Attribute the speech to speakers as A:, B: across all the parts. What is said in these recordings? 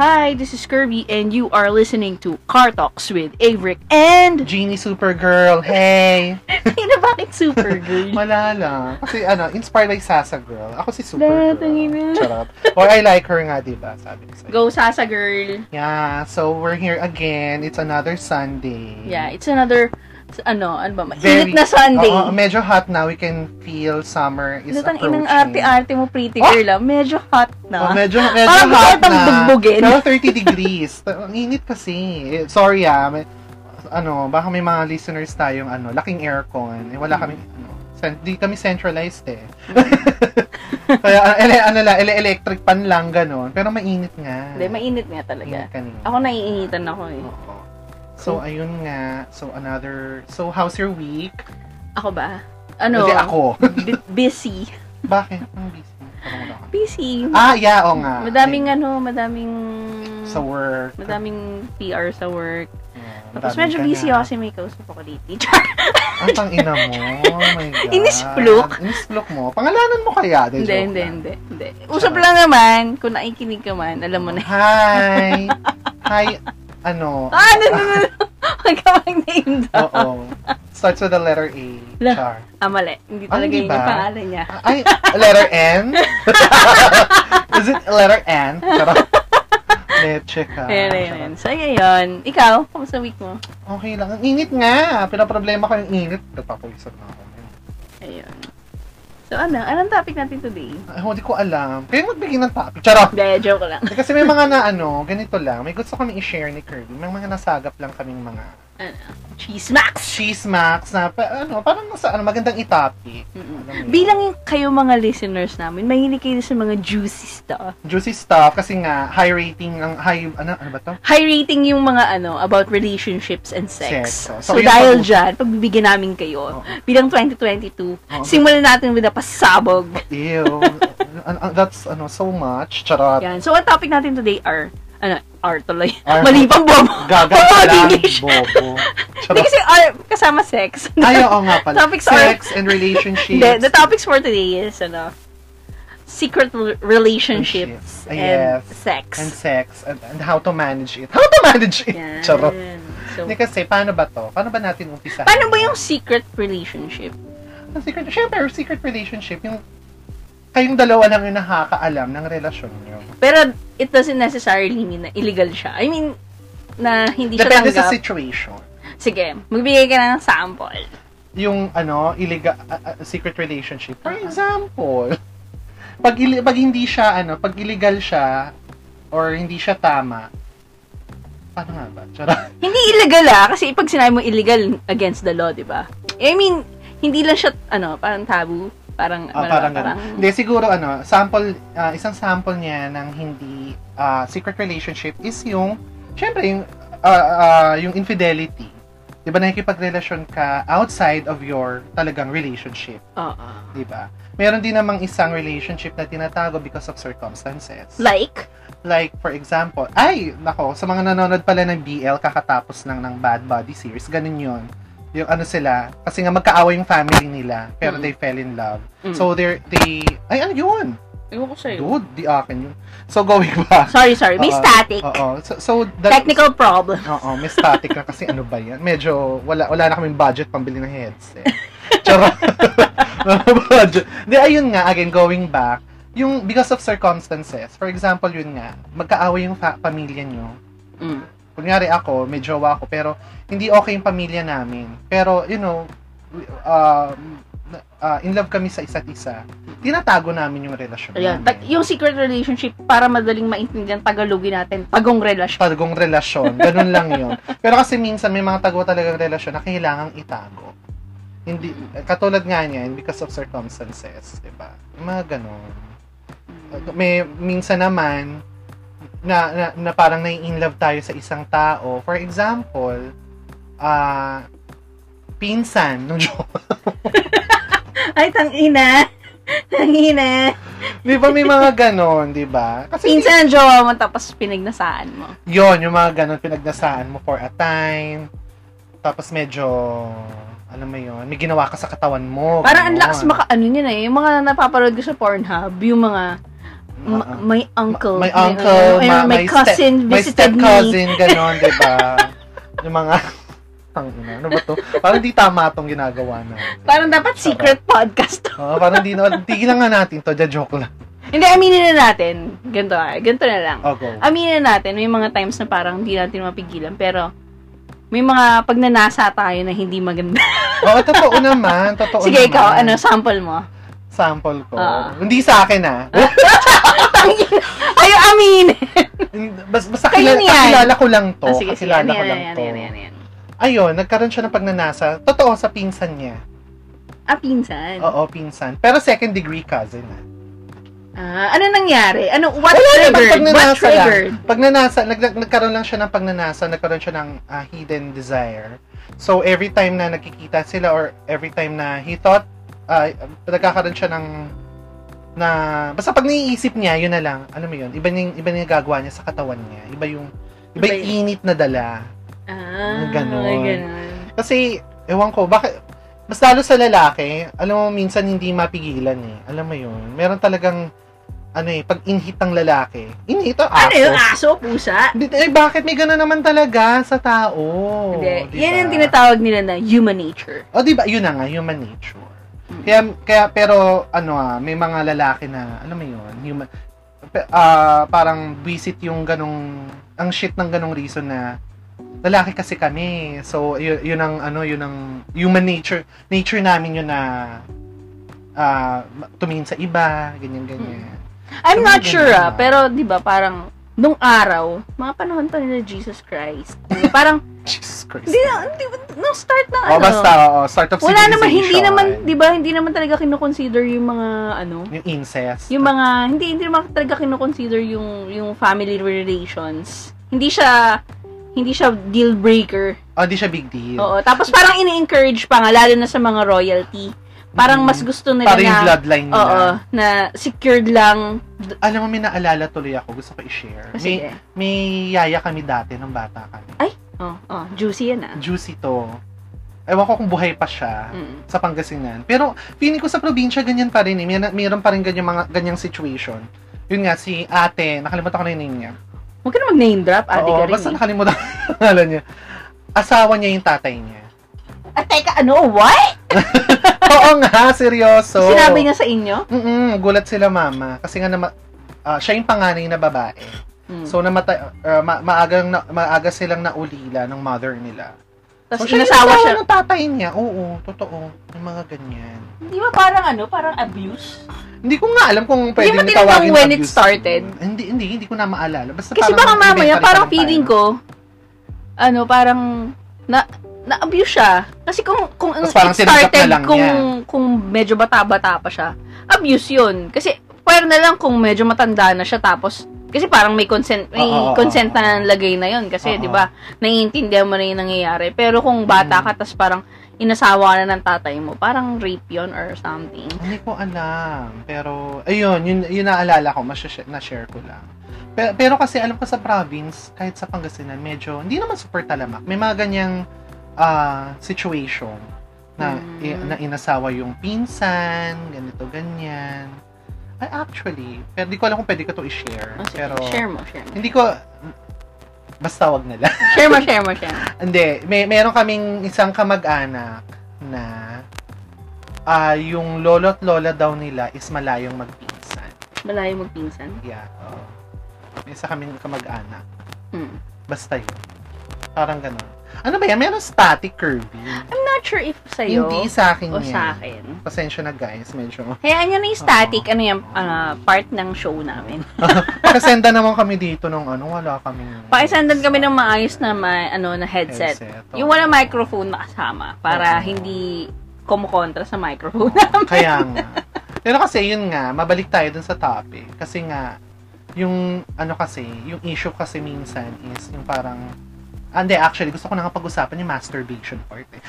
A: Hi, this is Kirby, and you are listening to Car Talks with Averick and...
B: Genie Supergirl, hey!
A: Sino bakit Supergirl?
B: Wala lang. Kasi ano, inspired by Sasa Girl. Ako si Supergirl.
A: Lahat ng ina.
B: Charot. Or I like her nga, diba? Sabi ko sa'yo.
A: Go Sasa Girl.
B: Yeah, so we're here again. It's another Sunday.
A: Yeah, it's another... it's Ano, ano ba? Mainit na Sunday.
B: Oo, medyo hot na. We can feel summer is
A: Lutang inang
B: approaching.
A: arte-arte mo, pretty girl, ah. Medyo hot na.
B: Oh, medyo, medyo
A: Ah, Parang gusto
B: hot
A: ko itong
B: na.
A: bugbugin.
B: Pero 30 degrees. Ta- Ang init kasi. Eh, Sorry ah. May, ano, baka may mga listeners tayong ano, laking aircon. Eh, wala kami,
A: Mm.
B: ano, cen- di kami centralized eh. Kaya, ele, ano lang, ele, electric pan lang, ganun. Pero mainit nga.
A: Hindi, mainit nga talaga.
B: Init kanina.
A: Ako naiinitan ako eh.
B: Oo. So, ayun nga. So, another... So, how's your week?
A: Ako ba? Ano?
B: Hindi, ako.
A: bu- busy.
B: Bakit? Ang busy. Parang wala ka.
A: Busy.
B: Ah, yeah, o nga.
A: Madaming ano, madaming...
B: Sa work.
A: Madaming PR sa work.
B: Yeah,
A: Tapos
B: madaming
A: medyo
B: ka
A: busy
B: na.
A: ako kasi may kausap ako lately. Char!
B: Ang tangina mo. Oh my God.
A: Inisplok.
B: Inisplok mo. Pangalanan mo kaya. De,
A: hindi,
B: joke
A: hindi,
B: lang.
A: hindi, hindi. Usap lang naman. Kung nakikinig ka man, alam mo na.
B: Hi. Hi. Ano?
A: Ah, no, no, no, no. Huwag ka mag-name drop.
B: Oo. Starts with the letter A.
A: La-
B: Char.
A: Ah, mali. Hindi
B: Ah,
A: talaga
B: hindi
A: yun yung
B: ba?
A: pangalan niya.
B: Ay, letter N? Is it letter N? Pero, leche ka.
A: Ayan, ayan, ayan. So, yun. Ikaw, kamusta week mo?
B: Okay lang. Ang init nga. Pinaproblema ko yung init. Tapapulisan na ako.
A: Ayun. So, ano? Anong topic natin today?
B: Ay, hindi ko alam. Kaya magbigay ng topic. Charot!
A: Hindi, joke lang.
B: Hindi, Eh, Kasi may mga na ano, ganito lang. May gusto kami i-share ni Kirby. May mga nasagap lang kaming mga
A: Cheese Max!
B: cheese max na pa, ano, parang nasa, ano, magandang itopic.
A: Mm-mm.
B: Alam mo yun.
A: Bilang yung- kayo mga listeners namin, mahilig kayo sa mga juicy stuff.
B: juicy stuff kasi nga high rating ang high ano ano ba to?
A: High rating yung mga ano, about relationships and sex.
B: Sex, oh.
A: So,
B: So, yun Oh.
A: dahil
B: pag-
A: dyan, pagbibigyan namin kayo,
B: Oo.
A: bilang 2022,
B: Oo.
A: simulan natin with a pasabog.
B: Ew. An- an- that's ano so much. Charot.
A: Yan. So, ang topic natin today are, ano, are tuloy.
B: Are.
A: Mali pang bobo.
B: Gaga
A: Oo,
B: ka lang,
A: English.
B: bobo.
A: Hindi
B: Charot.
A: kasi are, kasama sex.
B: Ay, oo nga pala.
A: Topics are-
B: Sex and relationships.
A: the, the topics for today is, ano, secret re- relationships
B: Relationships.
A: and
B: Ah, yes.
A: sex.
B: and sex and, and how to manage it. How to manage it.
A: Yan.
B: Charot.
A: So,
B: Hindi kasi, paano ba to? Paano ba natin umpisahan?
A: paano ba yung secret relationship?
B: Ang secret, syempre, yung secret relationship, yung kayong dalawa lang yung nakakaalam ng relasyon nyo.
A: Pero, it doesn't necessarily mean na illegal siya. I mean, na hindi siya
B: Depende sa
A: tanggap.
B: situation.
A: Sige, magbigay ka na ng sample.
B: Yung, ano, illegal, uh, uh, secret relationship. For
A: Ah.
B: example, pag, ili- pag hindi siya, ano, pag illegal siya, or hindi siya tama, paano nga ba? Charot.
A: Hindi illegal ah, kasi pag sinabi mo illegal, against the law, di ba? I mean, hindi lang siya, ano, parang taboo. Parang,
B: Ah,
A: ano,
B: parang ganun. Hindi, siguro ano, sample, ah, isang sample niya ng hindi ah, secret relationship is yung, syempre, yung, ah, ah, yung infidelity. Di ba nakikipagrelasyon ka outside of your talagang relationship,
A: Oo.
B: di ba? Meron din namang isang relationship na tinatago because of circumstances.
A: Like,
B: Like, for example, ay, nako, sa mga nanonood pala ng BL, kakatapos lang ng Bad Body series, ganun yun. Yung ano sila, kasi nga magkaawa yung family nila,
A: Mm.
B: pero they fell in love.
A: Mm.
B: So, they're, they, ay, ano yun?
A: iwan ko sa'yo.
B: Dude, di akin yun. So, going back.
A: Sorry, sorry. May
B: Oo,
A: static.
B: Oo. So, so that-
A: Technical problem.
B: Oo, may static na kasi ano ba yan? Medyo, wala, wala na kaming budget pambili ng headset. Charot. Wala budget. Di, ayun nga, again, going back, yung because of circumstances, for example, yun nga, magkaaway yung fa- pamilya nyo.
A: Mm.
B: Kunyari ako, may jowa ako, pero hindi okay yung pamilya namin. Pero, you know, we- uh, uh, in love kami sa isa't isa. Tinatago namin yung relasyon
A: Ayan.
B: namin.
A: Tag- yung secret relationship, para madaling maintindihan, Tagalogin natin, pagong relasyon.
B: tagong relasyon. Ganun lang yun. Pero kasi minsan may mga tago talagang relasyon na kailangang itago. Hindi, katulad nga niya, and because of circumstances, di ba? Yung Mga ganun. May, minsan naman, na, na, na parang nai-in love tayo sa isang tao. For example, ah, pinsan, no joke.
A: Ay, tangina. Tangina.
B: di ba may mga ganon, di ba? Kasi
A: Pinsan ang jowa mo, tapos pinagnasaan mo.
B: yon yung mga ganun pinagnasaan mo for a time tapos medyo alam mo yon may ginawa ka sa katawan mo
A: Parang ang
B: ganun.
A: lakas maka, ano yun eh, yung mga napaparood ko sa Pornhub, yung mga, Ma-
B: Ah, ah.
A: my uncle.
B: My uncle,
A: or
B: ma-
A: my,
B: my,
A: cousin
B: step, my
A: visited me.
B: step-cousin, ganon, di ba? Yung mga, ang ina, ano ba to? Parang di tama tong ginagawa na.
A: Parang dapat
B: Uh-huh.
A: secret podcast to.
B: Oo, parang di na, tigilan nga natin to, dyan joke lang.
A: Hindi, aminin na natin. Ganito ah, ganito na lang.
B: Oh, go.
A: Aminin na natin, may mga times na parang hindi natin mapigilan, pero may mga pag nanasa tayo na hindi maganda.
B: Oo, totoo naman, totoo
A: Sige,
B: naman.
A: ikaw, ano, sample mo.
B: Sample ko.
A: Ah.
B: Hindi sa akin ah.
A: Tangina. Ay, amin!
B: Bas, basta
A: Kayo
B: kilala,
A: yan.
B: kakilala ko lang to.
A: Ah, sige, sige.
B: kakilala
A: Ano
B: ko
A: yan,
B: lang
A: ano yan,
B: to.
A: ano yan, ano yan.
B: Ayun, nagkaroon siya ng pagnanasa. Totoo, sa pinsan niya.
A: Ah, pinsan.
B: Oo, pinsan. Pero second degree cousin ah.
A: Ah, ano nangyari? Ano, what
B: Wala naman,
A: triggered? What
B: pagnanasa lang.
A: triggered?
B: pagnanasa, nag, nag- nagkaroon lang siya ng pagnanasa, nagkaroon siya ng ah, hidden desire. So, every time na nakikita sila or every time na he thought, ah, nagkakaroon siya ng na basta pag naiisip niya yun na lang alam mo yun iba niya yung- iba niya yung gagawa niya sa katawan niya iba yung iba
A: Iba
B: yung init na dala
A: Ah,
B: Ganon.
A: ganon.
B: kasi ewan ko bakit mas lalo sa lalaki alam mo minsan hindi mapigilan eh alam mo yun meron talagang ano eh pag inhit ng lalaki inhit o
A: Ano yung aso,
B: aso?
A: pusa?
B: Di- Eh, bakit may gano'n naman talaga sa tao? Diba?
A: Hindi.
B: Di
A: Yan
B: ba?
A: yung tinatawag nila na human nature.
B: O, Oh, di ba? Yun na nga, human nature.
A: Mm.
B: Kaya, kaya, pero, ano ah, may mga lalaki na, alam mo yun, human, pe- ah, parang visit yung ganong, ang shit ng ganong reason na, lalaki kasi kami. So, yun, yun ang, ano, yun ang human nature, nature namin yun na, ah, tumingin sa iba, ganyan, ganyan.
A: I'm
B: Sabi
A: not
B: ko
A: sure
B: ganun
A: ah,
B: na.
A: pero 'di ba parang nung araw, mga panahon pa nila Jesus Christ. parang
B: Jesus Christ.
A: hindi na, di ba, nung start ng
B: O,
A: ano.
B: Oh, basta, oo, start of
A: wala naman hindi
B: civilization.
A: naman 'di ba hindi naman talaga kino-consider yung mga ano,
B: Yung incest.
A: yung mga hindi hindi naman talaga kino-consider yung yung family relations. Hindi siya hindi siya deal breaker.
B: Oh, di siya big deal.
A: Oo, tapos parang ini-encourage pa nga lalo na sa mga royalty. Parang
B: Mm.
A: mas gusto nila
B: Para
A: na
B: yung bloodline nila.
A: Oo, na secured lang.
B: Alam mo, may naalala tuloy ako. Gusto ko i-share.
A: Oh,
B: May,
A: Sige.
B: may yaya kami dati nung bata kami.
A: eh, Oh, oh, juicy yan ah.
B: Juicy to. Ewan ko kung buhay pa siya
A: Mm.
B: sa Pangasinan. Pero, feeling ko sa probinsya, ganyan pa rin eh. May, mayroon pa rin ganyan, mga, ganyang situation. Yun nga, si ate, nakalimutan ko na yung name niya.
A: Huwag ka na mag-name drop, ate
B: Oo,
A: ka rin.
B: basta nakalimutan ko yung pangalan niya. Asawa niya yung tatay niya.
A: eh. Ah, teka, ano? What?
B: Oo nga, seryoso.
A: Sinabi niya sa inyo?
B: Mm-mm, gulat sila mama. Kasi nga, nama, ah, siya yung panganay na babae.
A: Mm.
B: So namatay uh, ma- maagang na, maaga silang naulila ng mother nila.
A: Tapos
B: so,
A: inasawa siya.
B: ng tatay niya. Oo, totoo. Yung mga ganyan.
A: Di ba parang ano? Parang abuse?
B: Hindi ko nga alam kung
A: mo
B: pwedeng tawagin
A: tinanong when it
B: abuse.
A: started?
B: Hindi, hindi, hindi ko na maalala. Basta
A: Kasi baka mamaya,
B: elementary
A: parang
B: pa lang
A: feeling
B: tayo.
A: ko, ano, parang na na-abuse siya. Kasi kung kung
B: Tapos parang
A: it
B: tinanggap
A: started
B: na lang
A: kung
B: niya.
A: kung medyo bata-bata pa siya, abuse 'yun. Kasi pwede na lang kung medyo matanda na siya tapos kasi parang may consent may
B: Oo, oo,
A: consent
B: oo, oo.
A: na lagay na 'yon kasi
B: Oo.
A: 'di ba naiintindihan mo na 'yung nangyayari. Pero kung bata
B: Mm.
A: ka tapos parang inasawa ka na ng tatay mo, parang rape 'yon or something.
B: Hindi ko alam. Pero, ayun, yun, yun naalala ko. Mas- na-share ko lang. Pero, pero kasi alam ko sa province, kahit sa Pangasinan, medyo, hindi naman super talamak. May mga ganyang ah, situation na,
A: Mm.
B: i- na inasawa yung pinsan, ganito, ganyan. Ay, actually, pero di ko alam kung pwede ko to i-share.
A: Oh, sige,
B: pero,
A: share mo, share mo.
B: hindi ko, basta wag na lang.
A: Share mo, share mo, share mo.
B: Hindi, may meron kaming isang kamag-anak na ah yung lolo at lola daw nila is malayong magpinsan.
A: Malayo magpinsan.
B: Yeah. oo. May isa kaming kamag-anak.
A: Hmm.
B: Basta yun. Parang ganun. Ano ba yan? Meron static curvy.
A: I'm not sure if sa'yo.
B: Hindi sa akin
A: Ano o
B: yan.
A: sa akin.
B: Pasensya na guys, medyo.
A: Hayaan nyo na yung static, ano yung ah, part ng show namin.
B: Pakasenda naman kami dito nung ano, wala kami.
A: Pakisandan kami ng maayos na ma- ano, na headset. Yung wala microphone na kasama para
B: Oo.
A: hindi kumukontra sa microphone.
B: Oo, kaya nga. Pero kasi yun nga, mabalik tayo dun sa topic. Kasi nga, yung ano kasi, yung issue kasi minsan is yung parang Ah, Hindi, actually, gusto ko na nga pag-usapan yung masturbation part. Eh.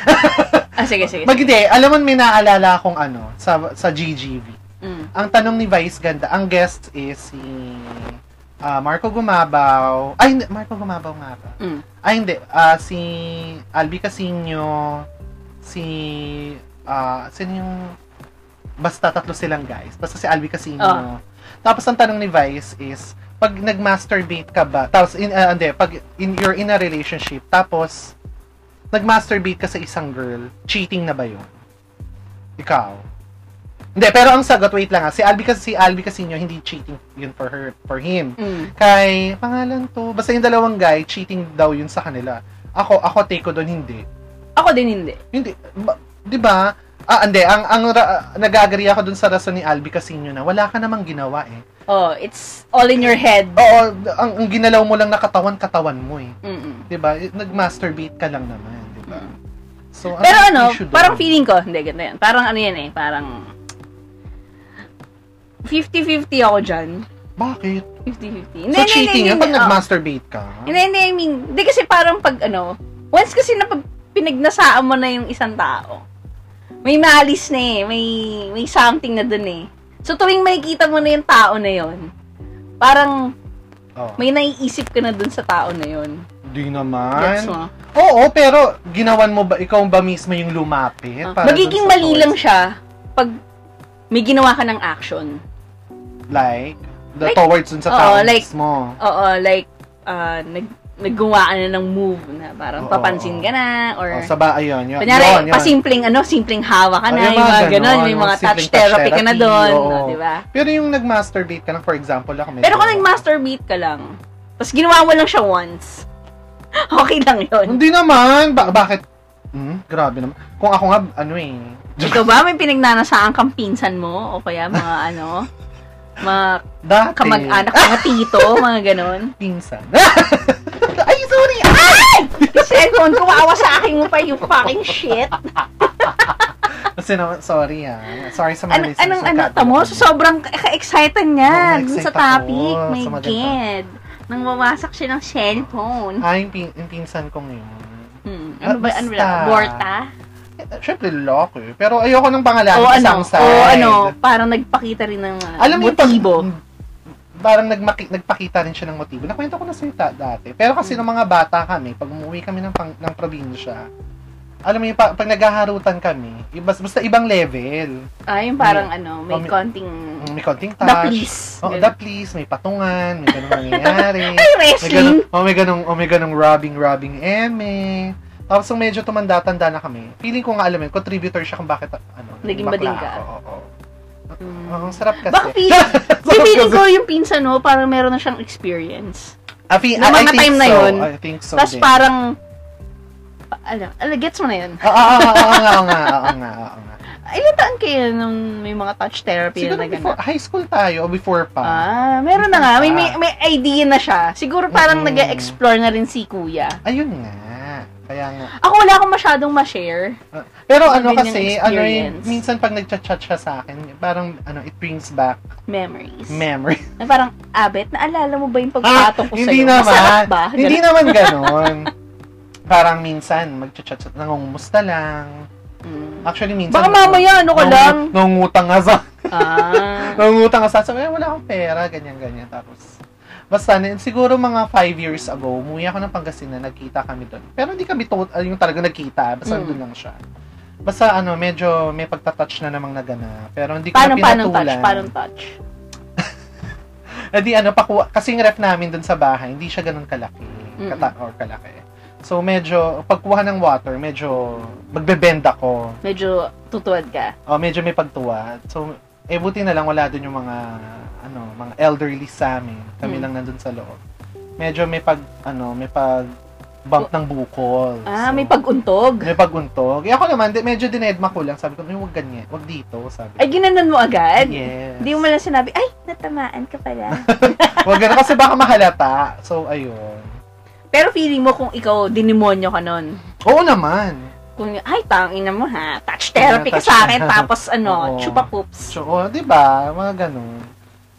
A: ah, sige, sige.
B: Mag hindi, alam mo, may naalala akong ano, sa, sa GGV.
A: Mm.
B: Ang tanong ni Vice Ganda, ang guest is si ah, Marco Gumabaw. Ay, hindi, Marco Gumabaw nga ba?
A: Mm.
B: Ay, hindi. ah, si Albi Casino, si... ah sino yung basta tatlo silang guys. Basta si Alvi Casino.
A: Ah.
B: Tapos ang tanong ni Vice is, pag nag-masturbate ka ba, tapos, in, ah, hindi, pag in, you're in a relationship, tapos, nag-masturbate ka sa isang girl, cheating na ba yun? Ikaw. Hindi, pero ang sagot, wait lang ha, si Alvi, kasi si Alvi Casino, hindi cheating yun for her, for him.
A: Mm.
B: Kay, pangalan to, basta yung dalawang guy, cheating daw yun sa kanila. Ako, ako take ko doon, hindi.
A: Ako din hindi.
B: Hindi, ba- 'di ba? Ah, hindi. Ang ang ra- nag-agree ako dun sa rason ni Albi Casino na wala ka namang ginawa eh.
A: Oh, it's all in your head.
B: Oo, ang, ang ginalaw mo lang na katawan-katawan mo eh.
A: Mm-mm.
B: 'Di ba? Eh, Nag-masturbate ka lang naman, 'di ba? So,
A: Mm. Pero
B: ang
A: ano,
B: Ah, issue dun-
A: parang feeling ko, hindi, ganito yan. Parang ano yan eh, parang 50-50 ako dyan.
B: Bakit?
A: 50-50.
B: So, cheating yan pag
A: hindi, oo.
B: nag-masturbate ka?
A: Hindi, hindi, I mean, hindi kasi parang pag ano, once kasi na pag pinagnasaan mo na yung isang tao, may maalis na eh, may, may something na dun eh. So tuwing makikita mo na yung tao na yon, parang
B: Oh,
A: may naiisip ka na dun sa tao na yon.
B: di naman.
A: Gets mo?
B: Oo, pero ginawan mo ba, ikaw ba mismo yung lumapit?
A: Ah,
B: para dun
A: Magiging
B: sa
A: mali
B: choice?
A: lang siya pag may ginawa ka ng action.
B: Like, the
A: Like-
B: towards dun sa
A: oo,
B: tao
A: like-
B: mismo.
A: Oo, like, ah, nag, naggawa ka na ng move na parang
B: Oo,
A: papansin
B: oo.
A: ka na or...
B: Oh, sa ba, ayun, yun.
A: Kunyari,
B: yun, yun.
A: pasimpleng ano, simpleng hawa ka
B: Oh,
A: na,
B: yung
A: yung
B: mga
A: mga ganun,
B: ganon,
A: may
B: yung
A: mga
B: simpleng
A: touch therapy ka na
B: therapy,
A: doon,
B: oo.
A: no, di ba?
B: Pero yung nag-masturbate ka lang, for example, ako medyo...
A: Pero kung nag-masturbate ka lang, tapos ginawa mo lang siya once, okay lang yun.
B: Hindi naman! Ba- bakit? Hmm, grabe naman. Kung ako nga, ano eh.
A: Ikaw ba, may pinagnanasaan kang pinsan mo? O kaya mga ano, mga
B: Dati.
A: kamag-anak, mga tito, mga ganun.
B: Pinsan. Ay, sorry! Ah!
A: Yung cellphone, kumawa sa akin mo pa, you fucking shit.
B: Kasi naman, sorry ah. Sorry sa mga
A: Ano,
B: listeners.
A: anong,
B: ng
A: ano,
B: Kat-
A: tamo? So, sobrang ka-excited
B: Oo,
A: niya dun
B: na-excite
A: sa
B: ako
A: topic.
B: sa
A: My
B: maganda.
A: God. Nang wawasak siya ng cellphone.
B: Ah, yung, pin- yung pinsan ko ngayon.
A: Hmm.
B: Ah,
A: Ano ba? Ano
B: basta.
A: ba? Borta?
B: Eh, Siyempre, lock eh. Pero ayoko ng pangalan.
A: O ano?
B: isang side.
A: O ano? Parang nagpakita rin ng uh,
B: Alam mo yung pag-
A: motibo.
B: parang nagmaki, nagpakita rin siya ng motibo. Nakwento ko na sa'yo ta- dati. Pero kasi
A: Hmm.
B: nung mga bata kami, pag umuwi kami ng, pang, ng probinsya, alam mo yung pa- pag naghaharutan kami, iba, basta ibang level.
A: Ah, yung parang ano, may
B: Oh, may-
A: konting
B: May konting
A: the
B: touch.
A: please.
B: Oh,
A: Ganun.
B: the please, may patungan, may ganung nangyayari.
A: Ay,
B: may ganung,
A: wrestling.
B: oh, may ganung, oh, may ganung rubbing, rubbing eme. Tapos nung medyo tumanda-tanda na kami, feeling ko nga alam mo yun, contributor siya kung bakit ano,
A: Naging
B: bakla
A: bading ka.
B: ako. Oo, oo.
A: Hmm.
B: Oh, ang sarap kasi.
A: Baka feeling,
B: Sarap
A: feeling
B: kasi.
A: ko yung pinsan mo, parang meron na siyang experience.
B: I, fe-
A: Nung
B: I, I
A: mga
B: think
A: time na
B: so.
A: yun,
B: I think so
A: Tapos
B: din.
A: parang, pa- ano, ano, gets mo na yun.
B: Oo, oo, oo, oo nga, oo nga, oo nga, oo nga.
A: Ilan taon kayo nung may mga touch therapy
B: ah, Siguro
A: na
B: before,
A: ganun?
B: high school tayo, o before pa.
A: Ah, meron na nga. May, may, may idea na siya. Siguro parang
B: Mm-mm.
A: nag-explore na rin si kuya.
B: Ayun nga. Kaya nga.
A: Ako wala akong masyadong ma-share.
B: Pero
A: Ano din
B: ano
A: yung
B: kasi, ano yung,
A: experience?
B: minsan pag nagchat-chat siya sa akin, parang, ano, it brings back
A: Memories.
B: memory.
A: Na parang, abet, naalala mo ba yung pagpatong ko
B: Ah, hindi
A: sa'yo?
B: naman.
A: Masarap ba? Ganun.
B: Hindi naman ganon. parang minsan, magchat-chat, nangungumusta lang.
A: Mm.
B: Actually, minsan...
A: Baka mamaya, ano ka lang?
B: nangungu- Nangungutang nga sa
A: Ah.
B: Nangungutang ka sa sabi, "Eh, wala akong pera, ganyan-ganyan. Tapos, basta, na- siguro mga five years ago, umuwi ako ng Pangasinan, nagkita kami doon. Pero hindi kami tot, ah, yung talaga nagkita, basta
A: Mm.
B: doon lang siya. Basta ano, medyo may pagtatouch na namang nagana. Pero hindi ko
A: Paano,
B: na
A: paano
B: pinatulan.
A: touch? Paano touch?
B: Eh, di ano, pakuha, kasi yung ref namin dun sa bahay, hindi siya ganun kalaki.
A: Mm-mm.
B: Kata, or kalaki. So, medyo, pagkuha ng water, medyo magbebend ako.
A: Medyo tutuwad ka.
B: O, medyo may pagtuwa. So, eh, buti na lang wala dun yung mga, ano, mga elderly sa amin. Kami
A: Mm.
B: lang nandun sa loob. Medyo may pag, ano, may pag bump ng bukol.
A: Ah,
B: So,
A: may pag-untog.
B: May paguntog. Eh, ako naman, di, medyo dinedma ko lang. Sabi ko, "Ay, wag ganyan. Wag dito, sabi ko.
A: Ay, ginanon mo agad?
B: yes.
A: Hindi mo lang sinabi, ay, natamaan ka pala.
B: Wag ganun kasi baka mahalata. So, ayun.
A: Pero feeling mo kung ikaw, dinimonyo ka nun.
B: Oo naman.
A: Kung, ay, tangina mo ha, touch therapy ka
B: touch-
A: sa akin, tapos ano,
B: Oo.
A: chupa poops.
B: So, oh, 'di ba? Mga ganun.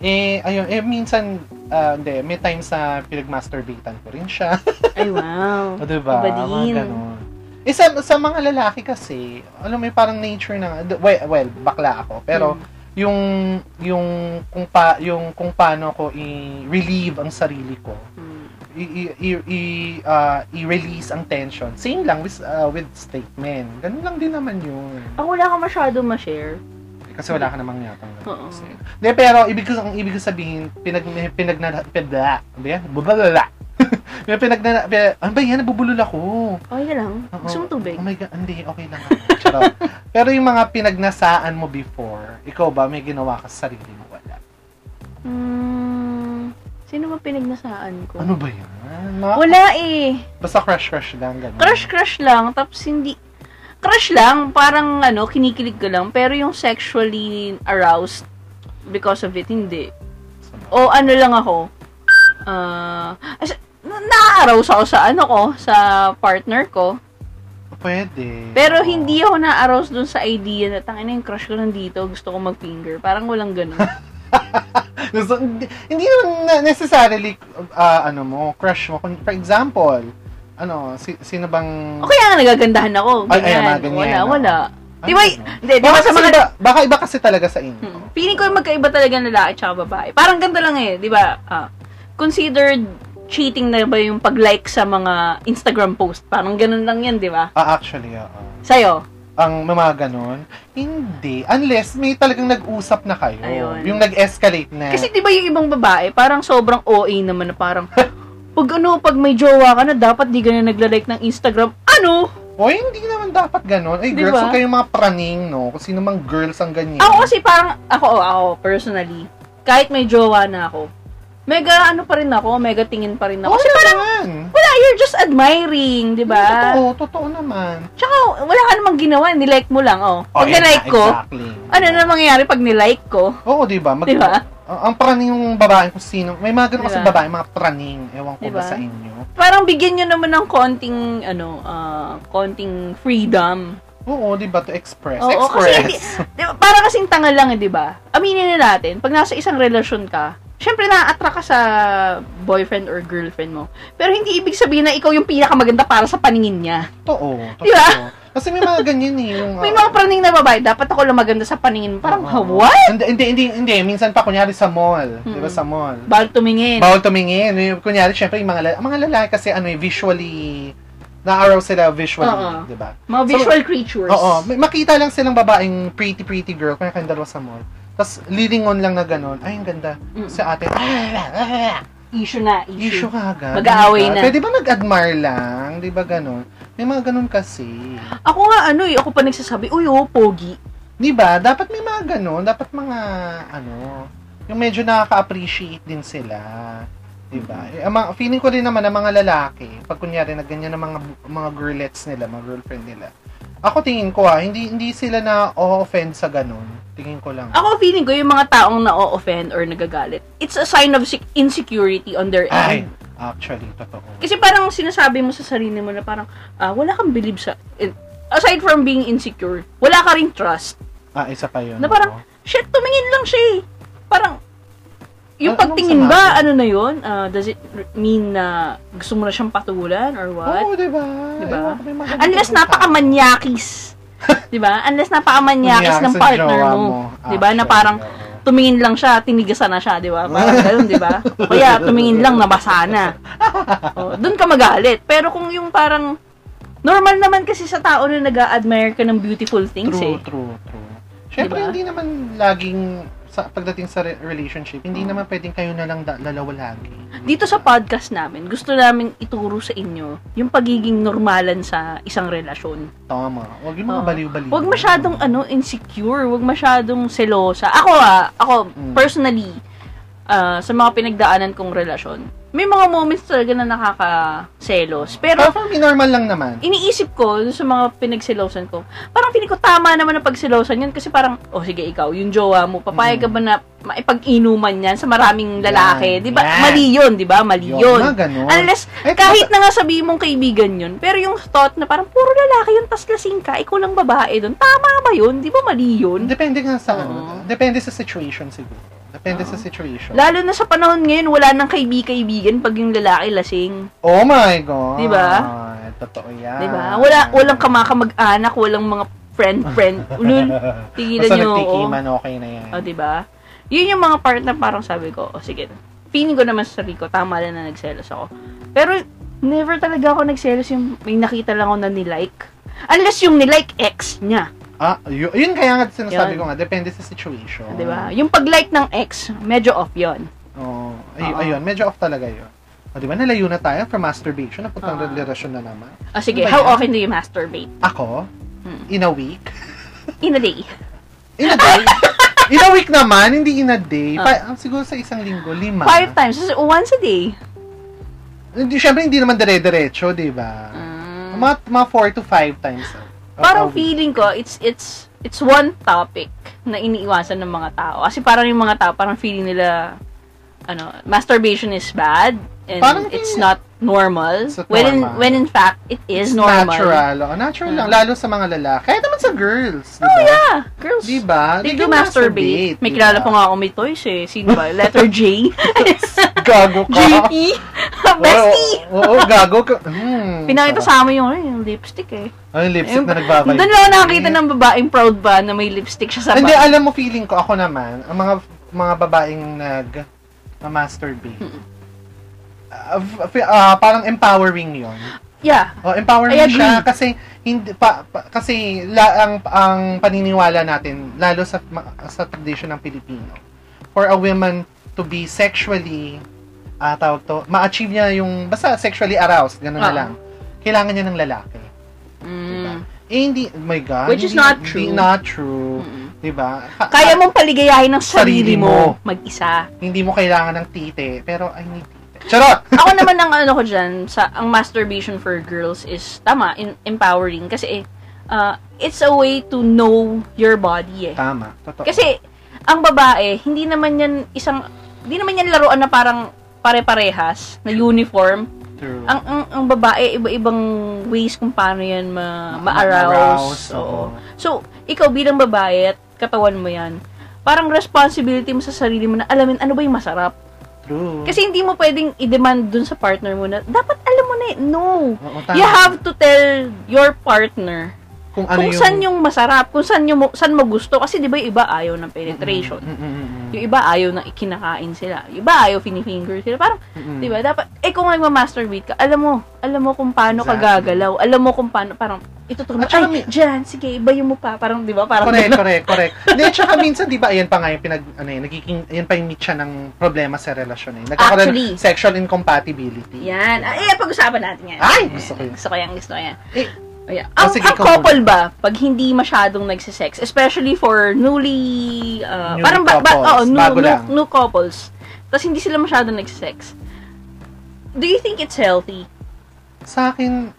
B: Eh, ayun, eh, minsan, ah, hindi, may times na pinag-masturbatean ko rin siya.
A: Ay, wow.
B: o, 'di ba?
A: Iba din.
B: Mga ganun. Eh, sa, sa mga lalaki kasi, alam mo, yung parang nature na, well, well, bakla ako, pero,
A: Hmm.
B: yung, yung, kung pa, yung, kung paano ko i-relieve ang sarili ko,
A: Hmm.
B: i- i- i- i- ah, i-release ang tension, same lang with, ah, with statement. Ganun lang din naman yun.
A: Ako wala akong masyado ma-share.
B: Kasi wala ka namang yatang
A: Oo.
B: ganun. Hindi, pero ibig ko, ang ibig ko sabihin, pinag, may pinagnala, pedla, ano ba yan? Bubulala. may pinagnala, pe- ano ba yan? Nabubulol ako.
A: Okay ka lang.
B: Oo.
A: Gusto mong tubig?
B: Oh my God, hindi, okay lang. ako. Charot. pero yung mga pinagnasaan mo before, ikaw ba may ginawa ka sa sarili mo? Wala.
A: Hmm, sino ba pinagnasaan ko?
B: Ano ba yan? Mga,
A: Wala eh.
B: basta crush-crush lang, ganun.
A: Crush-crush lang, tapos hindi... Crush lang, parang ano, kinikilig ka lang, pero yung sexually aroused because of it, hindi.
B: So,
A: O ano lang ako, ah, as- na- na-arouse ako sa ano ko, sa partner ko.
B: Pwede.
A: Pero
B: Oo.
A: hindi ako na-arouse dun sa idea na, tangin na yung crush ko nandito, gusto ko mag-finger. Parang walang ganun.
B: Gusto- hindi, hindi naman na- necessarily ah, ano mo, crush mo. Kung- For example, ano, si, sino bang...
A: O kaya nga nagagandahan ako.
B: Ay, ay,
A: Ganyan.
B: mga ganyan,
A: wala,
B: oo.
A: wala.
B: ano
A: Di ba,
B: yun?
A: hindi, Eh, di
B: Baka,
A: ba sa
B: kasi
A: mga
B: iba, baka iba kasi talaga sa inyo.
A: Hmm. Feeling ko yung magkaiba talaga ng lalaki tsaka babae. Parang ganito lang eh, di ba? Ah, considered cheating na ba yung pag-like sa mga Instagram post? Parang ganun lang yan, di ba?
B: Ah, actually, oo.
A: Sa'yo.
B: Ang mga ganon, hindi. Unless may talagang nag-usap na kayo.
A: Ayun.
B: Yung nag-escalate na.
A: Kasi di ba yung ibang babae, parang sobrang OA naman na parang, pag ano, pag may jowa ka na, dapat di ka na nagla-like ng Instagram. Ano?
B: o hindi naman dapat ganon. Ay,
A: Di ba?
B: girls,
A: Ah,
B: huwag kayong mga praning, no? Kung sino mang girls ang ganyan.
A: Ako kasi parang, ako, oh, ako, personally, kahit may jowa na ako, mega ano pa rin ako, mega tingin pa rin ako.
B: Oo
A: Kasi parang,
B: naman.
A: wala, you're just admiring, di ba?
B: Mm, Totoo, totoo naman.
A: Tsaka, wala ka namang ginawa, nilike mo lang, oh. Pag
B: yun na,
A: nilike ko,
B: exactly.
A: ano na mangyayari pag nilike ko?
B: Oo, di ba? Mag- Ah,
A: Di ba?
B: Ang ang praning yung babae kung sino. May mga ganun
A: Di
B: kasi
A: ba?
B: babae, mga praning. Ewan ko
A: Di
B: ba
A: ba?
B: sa inyo.
A: Parang bigyan nyo naman ng konting, ano, ah, konting freedom.
B: Oo, di ba? To express.
A: Oo, kasi
B: express.
A: hindi, di ba, para kasing tanga lang, eh, di ba? Aminin na natin, pag nasa isang relasyon ka, syempre na-attract ka sa boyfriend or girlfriend mo. Pero hindi ibig sabihin na ikaw yung pinakamaganda para sa paningin niya.
B: Totoo. totoo.
A: Di ba?
B: Kasi may mga ganyan eh. Yung,
A: May
B: ah,
A: mga praning na babae, dapat ako lang maganda sa paningin mo. Parang,
B: oo.
A: ha, what?
B: Hindi, hindi, hindi, hindi. Minsan pa, kunyari sa mall. Di ba
A: Mm.
B: sa mall?
A: Bawal tumingin.
B: Bawal tumingin. Yung- Kunyari, syempre, yung mga, lala- ang mga lalaki kasi ano eh, visually, na-arouse sila visually.
A: Oo.
B: Di ba?
A: Mga visual creatures.
B: Oo. May, makita lang silang babaeng pretty, pretty girl. Kaya kayong dalawa sa mall. Tapos, lilingon lang na ganun. Ay, ang ganda.
A: Mm.
B: Sa ate, ah,
A: Issue na,
B: Issue
A: issue.
B: ka agad.
A: Mag-aaway
B: Diba?
A: na.
B: Pwede ba nag-admire lang? Di ba ganun? May mga ganun kasi.
A: Ako nga, ano eh, ako pa nagsasabi, uy, oh, pogi.
B: Di ba? Dapat may mga ganun. Dapat mga, ano, yung medyo nakaka-appreciate din sila. Di ba? Eh, ang mga, feeling ko rin naman ng mga lalaki, pag kunyari na ganyan ng mga, mga girlets nila, mga girlfriend nila. Ako tingin ko ha, hindi, hindi sila na offend sa ganun. Tingin ko lang.
A: Ako feeling ko yung mga taong na-offend or nagagalit, it's a sign of sec- insecurity on their
B: Ay,
A: end.
B: actually, totoo.
A: Kasi parang sinasabi mo sa sarili mo na parang, ah, wala kang believe sa... in- aside from being insecure, wala ka rin trust.
B: Ah, isa pa yun.
A: Na parang,
B: oo.
A: shit, tumingin lang siya eh. Parang, yung
B: Ano- anong
A: pagtingin ba,
B: samahan?
A: ano na yun? Ah, does it mean na gusto mo na siyang patulan or what?
B: Oo, di ba?
A: Di ba?
B: Ewan Oh, ko, may mga ganun
A: Unless
B: talagang tao.
A: napakamanyakis. 'Di ba? Unless napakamanyakis
B: Nangyari
A: ng
B: sa
A: partner
B: jowa
A: mo. 'Di ba? Na
B: Actually,
A: parang
B: oo.
A: tumingin lang siya, tinigasan na siya, 'di ba? Parang ganoon, 'di ba? O Kaya tumingin lang nabasa na. O, doon ka magalit. Pero kung yung parang normal naman kasi sa tao na nag-admire ka ng beautiful things
B: True,
A: eh.
B: true, true. Siyempre,
A: Diba?
B: hindi naman laging, sa, pagdating sa re- relationship, hindi naman pwedeng kayo na lang da- lalawa lagi.
A: Dito sa podcast namin, gusto namin ituro sa inyo yung pagiging normalan sa isang relasyon.
B: Tama. Huwag yung mga
A: Oo.
B: baliw-baliw.
A: Huwag masyadong ano insecure, huwag masyadong selosa. Ako ah, ako
B: Mm.
A: personally ah, sa mga pinagdaanan kong relasyon, may mga moments talaga na nakakaselos.
B: Pero
A: Pero
B: for me, normal lang naman.
A: iniisip ko dun sa mga pinagselosan ko, parang feeling ko tama naman ang pagselosan yun kasi parang, oh sige ikaw, yung jowa mo, papayag ka ba na maipag-inuman yan sa maraming lalaki?
B: Yan,
A: Di ba?
B: yan.
A: Mali yun, di ba? Mali
B: Yun, Eh,
A: yun.
B: mga ganun.
A: Unless,
B: Ay,
A: kahit na nga sabihin mong kaibigan yun, pero yung thought na parang puro lalaki yun, tas lasing ka, ikaw lang babae dun, tama ba yun? Di ba mali yun?
B: Depende nga
A: Oo.
B: sa, ano, depende sa situation siguro. Depende sa situation.
A: Lalo na sa panahon ngayon, wala nang kaibi-kaibigan pag yung lalaki lasing.
B: oh my
A: Di
B: God.
A: ba?
B: Totoo yan.
A: Di ba? Diba? Wala, walang kamakamag-anak, walang mga friend-friend. Ulul, tigilan
B: Basta
A: nyo.
B: nagtikiman, okay na yan.
A: O, Oh, di ba? Yun yung mga part na parang sabi ko, o sige, feeling ko naman sa sarili ko, tama lang na nagselos ako. Pero, never talaga ako nagselos yung may nakita lang ako na nilike. Unless yung nilike ex niya.
B: Ah, yun, yun kaya nga
A: Yun.
B: sinasabi
A: Diba?
B: ko nga, depende sa situation.
A: Di ba? Yung pag-like ng ex, medyo off yon
B: Oo. Ay,
A: Oo.
B: ayun, medyo off talaga yun. O, di ba, nalayo na tayo from masturbation, napuntang
A: Oo.
B: relasyon na naman.
A: Ah, sige,
B: Ano ba
A: how
B: yan?
A: often do you masturbate?
B: Ako,
A: Hmm.
B: in a week.
A: In a day.
B: In a day? in a week naman, hindi in a day. Pa- siguro sa isang linggo, lima.
A: Ah. Five times. So, Once a day.
B: Hindi, syempre, hindi naman dire-diretso, di ba?
A: Mm.
B: Mga, mga four to five times. a-
A: parang
B: a week.
A: feeling ko, it's, it's, it's one topic na iniiwasan ng mga tao. Kasi parang yung mga tao, parang feeling nila, ano, masturbation is bad and
B: Parang
A: it's
B: feeling-
A: not normal.
B: It's not
A: when, in,
B: normal.
A: when in fact, it is
B: It's
A: normal.
B: Natural. Oh, natural lang,
A: Mm.
B: lalo sa mga lalaki. Kaya naman sa girls, di ba?
A: Oh, yeah. Girls,
B: Di ba?
A: they do masturbate. May kilala
B: diba?
A: pa nga ako may toys eh. Sino ba? Letter J?
B: Gago ka.
A: JP? Bestie!
B: Oo, oo, gago ka. Hmm,
A: Pinakita sa
B: sarap.
A: amin yung, ay, yung lipstick eh.
B: Ay, lipstick
A: Ayun,
B: na nagbabalik.
A: Doon lang ako nakakita ng babaeng proud ba na may lipstick siya sa
B: Mm. Hindi,
A: bag.
B: alam mo, feeling ko, ako naman, ang mga mga babaeng nag masturbate, ah, f- ah, parang empowering yon.
A: Yeah.
B: Oh, empowering
A: I
B: siya
A: agree.
B: kasi hindi pa, pa- kasi la, ang ang paniniwala natin lalo sa ma- sa tradisyon ng Pilipino for a woman to be sexually ah tawag to, ma-achieve niya yung basta sexually aroused, ganun na
A: Oo.
B: lang. Kailangan niya ng lalaki.
A: Mm.
B: Eh, hindi, oh my God.
A: Which is
B: hindi-
A: not
B: hindi
A: true.
B: not true.
A: Mm.
B: Diba? Ha-
A: Kaya mong paligayahin ng sarili,
B: Sarili
A: mo,
B: mo.
A: mag-isa.
B: hindi mo kailangan ng tite, pero I need tite. Charot!
A: Ako naman ang ano ko dyan, sa, ang masturbation for girls is, tama, in- empowering. Kasi, eh, uh, it's a way to know your body eh.
B: Tama, totoo.
A: Kasi, ang babae, hindi naman yan isang, hindi naman yan laruan na parang pare-parehas, na uniform.
B: True.
A: Ang, ang, ang babae, iba-ibang ways kung paano yan ma,
B: Ma-
A: ma-arouse.
B: ma-arouse, oo.
A: Oo. So, ikaw bilang babae at katawan mo yan, parang responsibility mo sa sarili mo na alamin ano ba yung masarap.
B: True.
A: Kasi hindi mo pwedeng i-demand dun sa partner mo na, dapat alam mo na eh. No!
B: Oo, tama.
A: You have to tell your partner
B: kung, ano
A: kung saan yung masarap, kung saan, yung, saan mo gusto. Kasi di ba yung iba ayaw ng penetration.
B: Mm, mm, mm, mm,
A: Yung iba ayaw na ikinakain sila. Yung iba ayaw finifinger sila. Parang,
B: mm, mm.
A: di ba, dapat, eh kung nagma-masturbate ka, alam mo, alam mo kung paano
B: Exactly. Ah,
A: ka gagalaw. Alam mo kung paano, parang, ituturo mo,
B: At saka
A: ay, dyan, sige, ibayo mo pa. Parang, di ba, parang,
B: Correct, correct, correct. Hindi, tsaka minsan, di ba, ayan pa nga yung pinag, ano yun, nagiging, ayan pa yung mitya ng problema sa relasyon eh. Nagkakaroon ng
A: Actually.
B: sexual incompatibility.
A: Yan. Ah, eh, pag-usapan natin yan.
B: Ay, gusto ko yun.
A: Gusto ko yan, gusto ko yan.
B: Eh,
A: Oh, yeah. Ang,
B: oh, sige,
A: ang
B: ikaw
A: couple ba, pag hindi masyadong nagsisex, especially for newly, uh,
B: New
A: parang ba, ba,
B: couples,
A: oo, new,
B: bago
A: new,
B: lang.
A: new couples, tapos hindi sila masyadong nagsisex, do you think it's healthy?
B: Sa akin,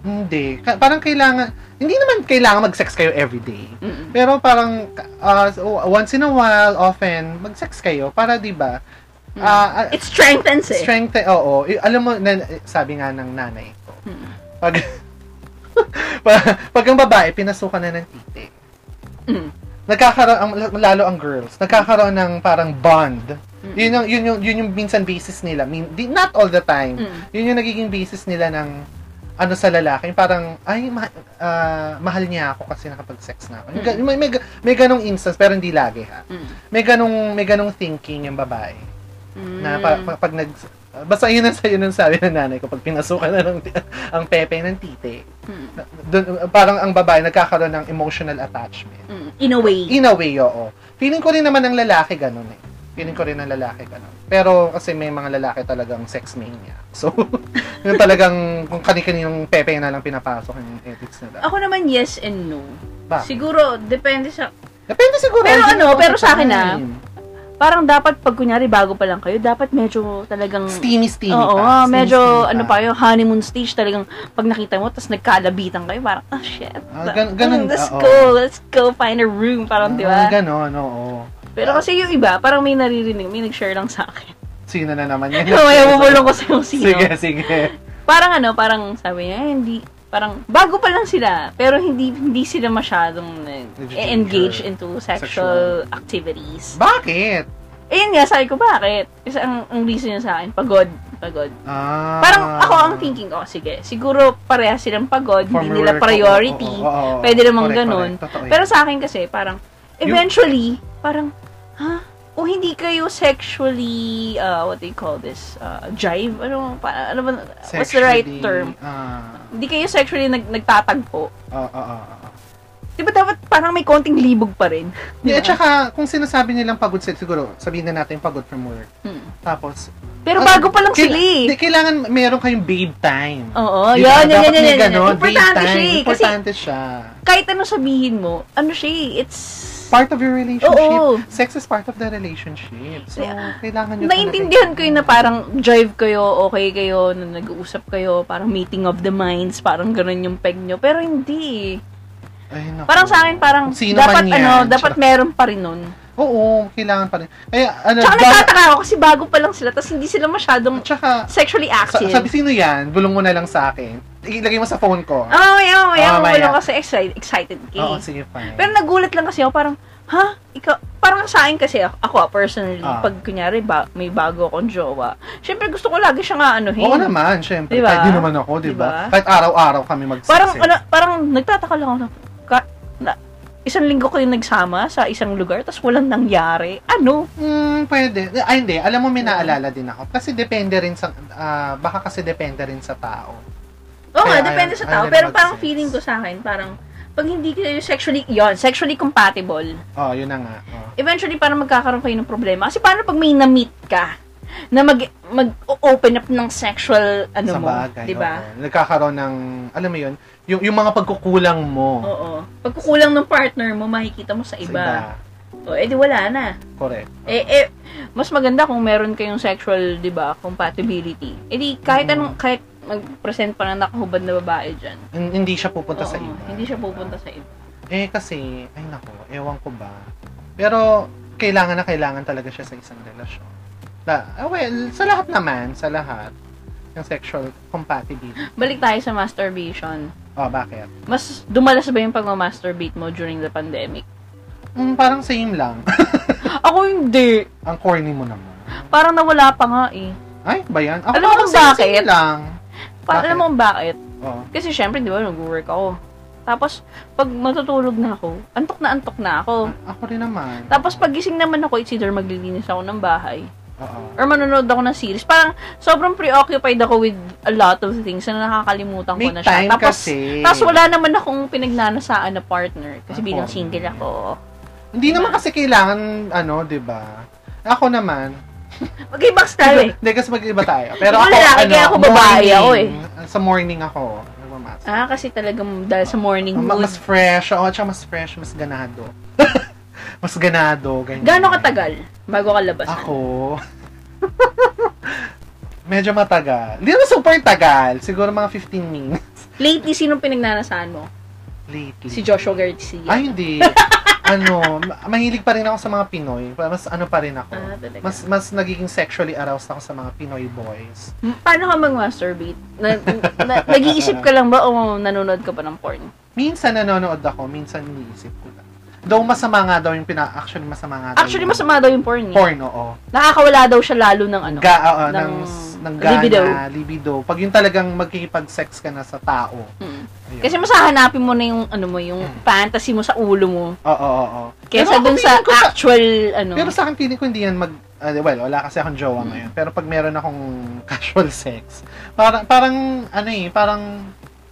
B: hindi. Ka- parang kailangan, hindi naman kailangan mag-sex kayo everyday.
A: Mm-mm.
B: Pero parang uh, once in a while, often, mag-sex kayo para 'di ba? ah,
A: It strengthens eh.
B: strength oo. I- Alam mo nan- sabi nga ng nanay ko.
A: Mm.
B: Pag pa- pag ang babae pinasukan na ng titi.
A: Mm.
B: Nagkakaroon ang lalo ang girls, nagkakaroon ng parang bond.
A: Mm.
B: Yun yung yun yung yun yung minsan basis nila. Min, di, not all the time.
A: Mm.
B: Yun yung nagiging basis nila ng ano sa lalaki, Yung parang ay ma- ah, mahal niya ako kasi nakapag-sex na ako. Yung ga- May, may, ga- may ganong instance pero hindi lagi ha.
A: Mm.
B: May ganong may ganong thinking yung babae
A: Mm.
B: na pa, pa- pag nag basta yun ang yun ang sabi ng nanay ko pag pinasukan na ng ang pepe ng titi.
A: Mm.
B: na- dun- parang ang babae nagkakaroon ng emotional attachment.
A: Mm. In a way.
B: In a way, oo. Feeling ko rin naman ng lalaki ganun eh. Feeling ko rin ng lalaki ganun. Pero kasi may mga lalaki talagang sex mania. So, yun talagang kung kani-kaninong pepe na lang pinapasok yung ethics nila.
A: Ako naman, yes and no.
B: Bakit?
A: Siguro, depende sa,
B: Depende siguro.
A: Pero
B: Hindi
A: ano,
B: naman
A: pero
B: ako
A: sa akin, ah,
B: kakain.
A: parang dapat pag kunyari bago pa lang kayo, dapat medyo talagang...
B: Steamy, steamy
A: Oo,
B: pa.
A: ah,
B: Steamy,
A: medyo
B: steamy
A: ano pa yun, honeymoon stage talagang pag nakita mo, tapos nagkalabitan kayo, parang, oh shit.
B: Ah, gan- ganun,
A: Mm, let's
B: oo.
A: go, let's go find a room, parang, di
B: Ah,
A: ba?
B: Ganun, oo.
A: Pero kasi yung iba, parang may naririnig, may nag-share lang sa akin.
B: Sino na naman yan?
A: Mamaya bubulong ko sa yung sino.
B: Sige, sige.
A: Parang ano, parang sabi niya, "Eh, hindi, parang bago pa lang sila, pero hindi hindi sila masyadong e-,
B: Medyo
A: engage
B: danger.
A: into sexual, activities.
B: Bakit?
A: Eh yun nga, sabi ko, bakit? Kasi ang, ang reason niya sa akin, pagod, pagod.
B: Ah,
A: Parang ako ang thinking ko, sige, siguro pareha silang pagod,
B: Former
A: hindi nila
B: work,
A: priority.
B: oo, oo, oo.
A: Pwede namang
B: Correct,
A: ganun.
B: correct. Totoo yun.
A: Pero sa akin kasi, parang, eventually, parang, ha? O hindi kayo sexually, uh, what do you call this, uh, jive? Ano, pa, ano ba, what's the right
B: Sexually,
A: term?
B: Ah,
A: Hindi kayo sexually nag, nagtatagpo.
B: ah, ah, ah, ah.
A: Di ba dapat parang may konting libog pa rin? Di ba?
B: Yeah, at saka, kung sinasabi nilang pagod sila, siguro, sabihin na natin pagod from work.
A: Hmm.
B: Tapos,
A: Pero
B: Ah,
A: bago pa lang
B: kail-
A: sila eh.
B: di, kailangan meron kayong babe time.
A: Oo,
B: Di
A: yun, yun,
B: ba? Dapat
A: yun, yun,
B: may
A: yun, yun.
B: ganon,
A: Importante
B: babe time.
A: siya eh, kasi-
B: Importante siya.
A: Kahit ano sabihin mo, ano siya eh, it's...
B: Part of your relationship.
A: Oo.
B: Sex is part of the relationship. So,
A: Yeah.
B: kailangan nyo
A: Naintindihan
B: Ano talaga-
A: ko yun na parang drive kayo, okay kayo, na nag-uusap kayo, parang meeting of the minds, parang ganun yung peg nyo. Pero hindi eh.
B: Ay, naku.
A: Parang sa akin, parang
B: Sino
A: dapat
B: man yan,
A: ano, dapat meron pa rin nun.
B: Oo, kailangan pa rin. Kaya, ano,
A: Tsaka
B: ba-
A: nagtataka ako kasi bago pa lang sila, tapos hindi sila masyadong
B: tsaka,
A: sexually
B: sa,
A: active.
B: sabi sino yan, bulong mo na lang sa akin. Ilagay mo sa phone ko.
A: Oh, yeah, oh, yeah. Oh,
B: Oh, maya.
A: kasi excited, excited ka. eh.
B: Oo, sige, fine.
A: Pero nagulat lang kasi ako, parang, ha? Ikaw, parang sa akin kasi ako, ako ah, personally,
B: Ah.
A: pag kunyari ba, may bago akong jowa, syempre gusto ko lagi siya nga anuhin.
B: Oo naman, syempre.
A: Diba?
B: Kahit di naman ako, di ba?
A: Diba?
B: Kahit araw-araw kami magsisi.
A: Parang, ano, parang nagtataka lang ako, na, ka, na, isang linggo ko yung nagsama sa isang lugar, tapos walang nangyari. Ano?
B: Hmm, pwede. Ay, hindi. Alam mo, may
A: Diba?
B: naalala din ako. Kasi depende rin sa, ah, baka kasi depende rin sa tao.
A: Oo nga,
B: Kaya ayaw-
A: depende sa
B: ayaw
A: tao.
B: nila
A: Pero parang
B: mag-sex.
A: feeling ko sa akin, parang, pag hindi kayo sexually, yon sexually compatible,
B: Oh, yun na nga. Oh.
A: eventually parang magkakaroon kayo ng problema. Kasi paano pag may na-meet ka na mag mag-open up ng sexual ano
B: sa
A: mo,
B: bagay.
A: 'di ba?
B: oo. Nagkakaroon ng, alam mo yun, yung, yung mga pagkukulang mo
A: Oo. Pagkukulang ng partner mo, makikita mo sa
B: sa
A: iba. O edi wala na.
B: Correct.
A: Eh, eh mas maganda kung meron kayong sexual, 'di ba, compatibility. Edi kahit
B: Mm.
A: anong kahit mag-present pa ng nakahubad na babae diyan.
B: Hin- Hindi siya pupunta sa iba.
A: Hindi siya
B: diba?
A: pupunta sa iba.
B: Eh, kasi, ay nako, ewan ko ba. Pero, kailangan na kailangan talaga siya sa isang relasyon. La, ah, well, sa lahat naman, sa lahat, yung sexual compatibility.
A: Balik tayo sa masturbation.
B: Oh, bakit?
A: Mas dumalas ba yung pagmamasturbate mo during the pandemic?
B: Mm, parang same lang.
A: Ako hindi.
B: Ang corny mo naman.
A: Parang nawala pa nga eh.
B: Ay, ba yan? Ako
A: Alam mo
B: parang
A: kung
B: same-
A: bakit?
B: same lang.
A: Pa-
B: Bakit?
A: alam mo kung bakit?
B: Oh.
A: Kasi syempre, di ba, nag-work ako. Tapos, pag matutulog na ako, antok na antok na ako.
B: Ako rin naman.
A: Tapos, pag gising naman ako, it's either maglilinis ako ng bahay
B: Oo.
A: or manonood ako ng series. Parang, sobrang preoccupied ako with a lot of things na nakakalimutan ko
B: May
A: na siya.
B: time
A: tapos,
B: kasi.
A: tapos wala naman akong pinagnanasaan na partner. Kasi
B: Ako.
A: bilang single ako.
B: Hindi naman kasi kailangan, ano, di ba? Ako naman.
A: Okay, box tayo eh.
B: Hindi, kasi mag-iba tayo. Pero
A: Ako
B: ako,
A: lalaki,
B: ano,
A: kaya ako babae
B: morning.
A: ako eh.
B: Sa morning ako, nagmamask.
A: Ah, kasi talagang dahil sa morning
B: Ma-
A: mood.
B: mas fresh. Oo, tsaka mas fresh, mas ganado. mas ganado, ganyan.
A: Gano'ng katagal bago ka labasan?
B: Ako. Medyo matagal. Hindi naman super tagal. Siguro mga 15 minutes.
A: Lately, sinong pinagnanasaan mo?
B: Lately.
A: Si Joshua Garcia.
B: Ay, hindi. ano, ma- mahilig pa rin ako sa mga Pinoy. Pa- Mas ano pa rin ako.
A: Ah, talaga.
B: Mas mas nagiging sexually aroused ako sa mga Pinoy boys.
A: Paano ka mag-masturbate? Na, na- nag-iisip ka lang ba o nanonood ka pa ng porn?
B: Minsan nanonood ako, minsan iniisip ko lang. Though masama nga daw yung pina... Actually, masama nga daw
A: Actually,
B: yung
A: masama daw yung porn. Eh.
B: Porn, oo.
A: Nakakawala daw siya lalo ng ano.
B: Ga, oo,
A: Ng
B: ng, ng gana,
A: libido.
B: libido. Pag yung talagang magkikipag-sex ka na sa tao.
A: Mm.
B: Ayun.
A: Kasi mas hahanapin mo na yung ano mo, yung fantasy mo sa ulo mo
B: Oo, oo, oo.
A: kaysa
B: Hmm. Pero
A: dun
B: ako
A: sa
B: feeling ko
A: actual ano.
B: Pero sa akin, feeling ko hindi yan mag... ah, well, wala kasi akong jowa ngayon. Pero pag meron akong casual sex, parang, parang, ano eh, parang,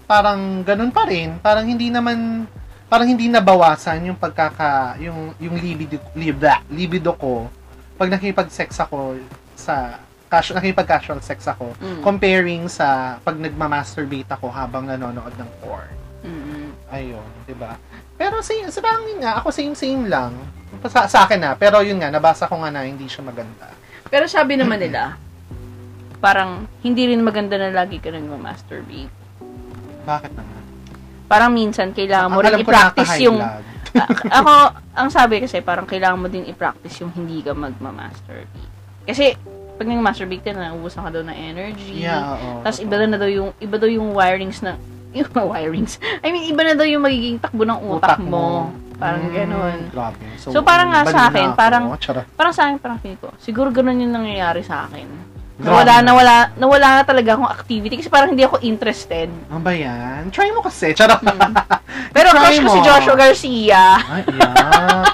B: parang ganun pa rin. Parang hindi naman, parang hindi nabawasan yung pagkaka, yung, yung libido, libda, libido ko pag nakipag-sex ako sa, casual, nakipag-casual sex ako,
A: Mm.
B: comparing sa pag nagmamasturbate ako habang nanonood ng porn.
A: Mm.
B: Ayun, 'di ba? Pero same, sa parang yun nga, ako same same lang. Sa, sa akin na, pero yun nga nabasa ko nga na hindi siya maganda.
A: Pero sabi naman nila, parang hindi rin maganda na lagi ka nang masturbate.
B: Bakit naman?
A: Parang minsan kailangan mo
B: Ang
A: rin
B: alam
A: Ah,
B: ko
A: i-practice
B: nakaka-high
A: yung
B: blood.
A: A- ako, ang sabi kasi, parang kailangan mo din i-practice yung hindi ka magma-masturbate. Kasi, pag nag-masturbate ka, nauubusan ka daw ng energy.
B: Yeah, oo.
A: Tapos,
B: totoo.
A: iba na daw yung, iba daw yung wirings na, yung mga wirings. I mean, iba na daw yung magiging takbo ng utak, mo. Parang
B: Mm,
A: gano'n.
B: Grabe.
A: So, parang nga
B: baliw
A: sa akin,
B: na ako.
A: parang-
B: Charot.
A: Parang sa akin, parang feeling ko, siguro gano'n yung nangyayari sa akin.
B: Grabe.
A: Nawala, nawala, nawala na talaga akong activity kasi parang hindi ako interested.
B: Ano ba yan? Try mo kasi. Charot.
A: Hmm. Pero
B: Try
A: crush ko
B: mo.
A: si Joshua Garcia.
B: Ay, yeah.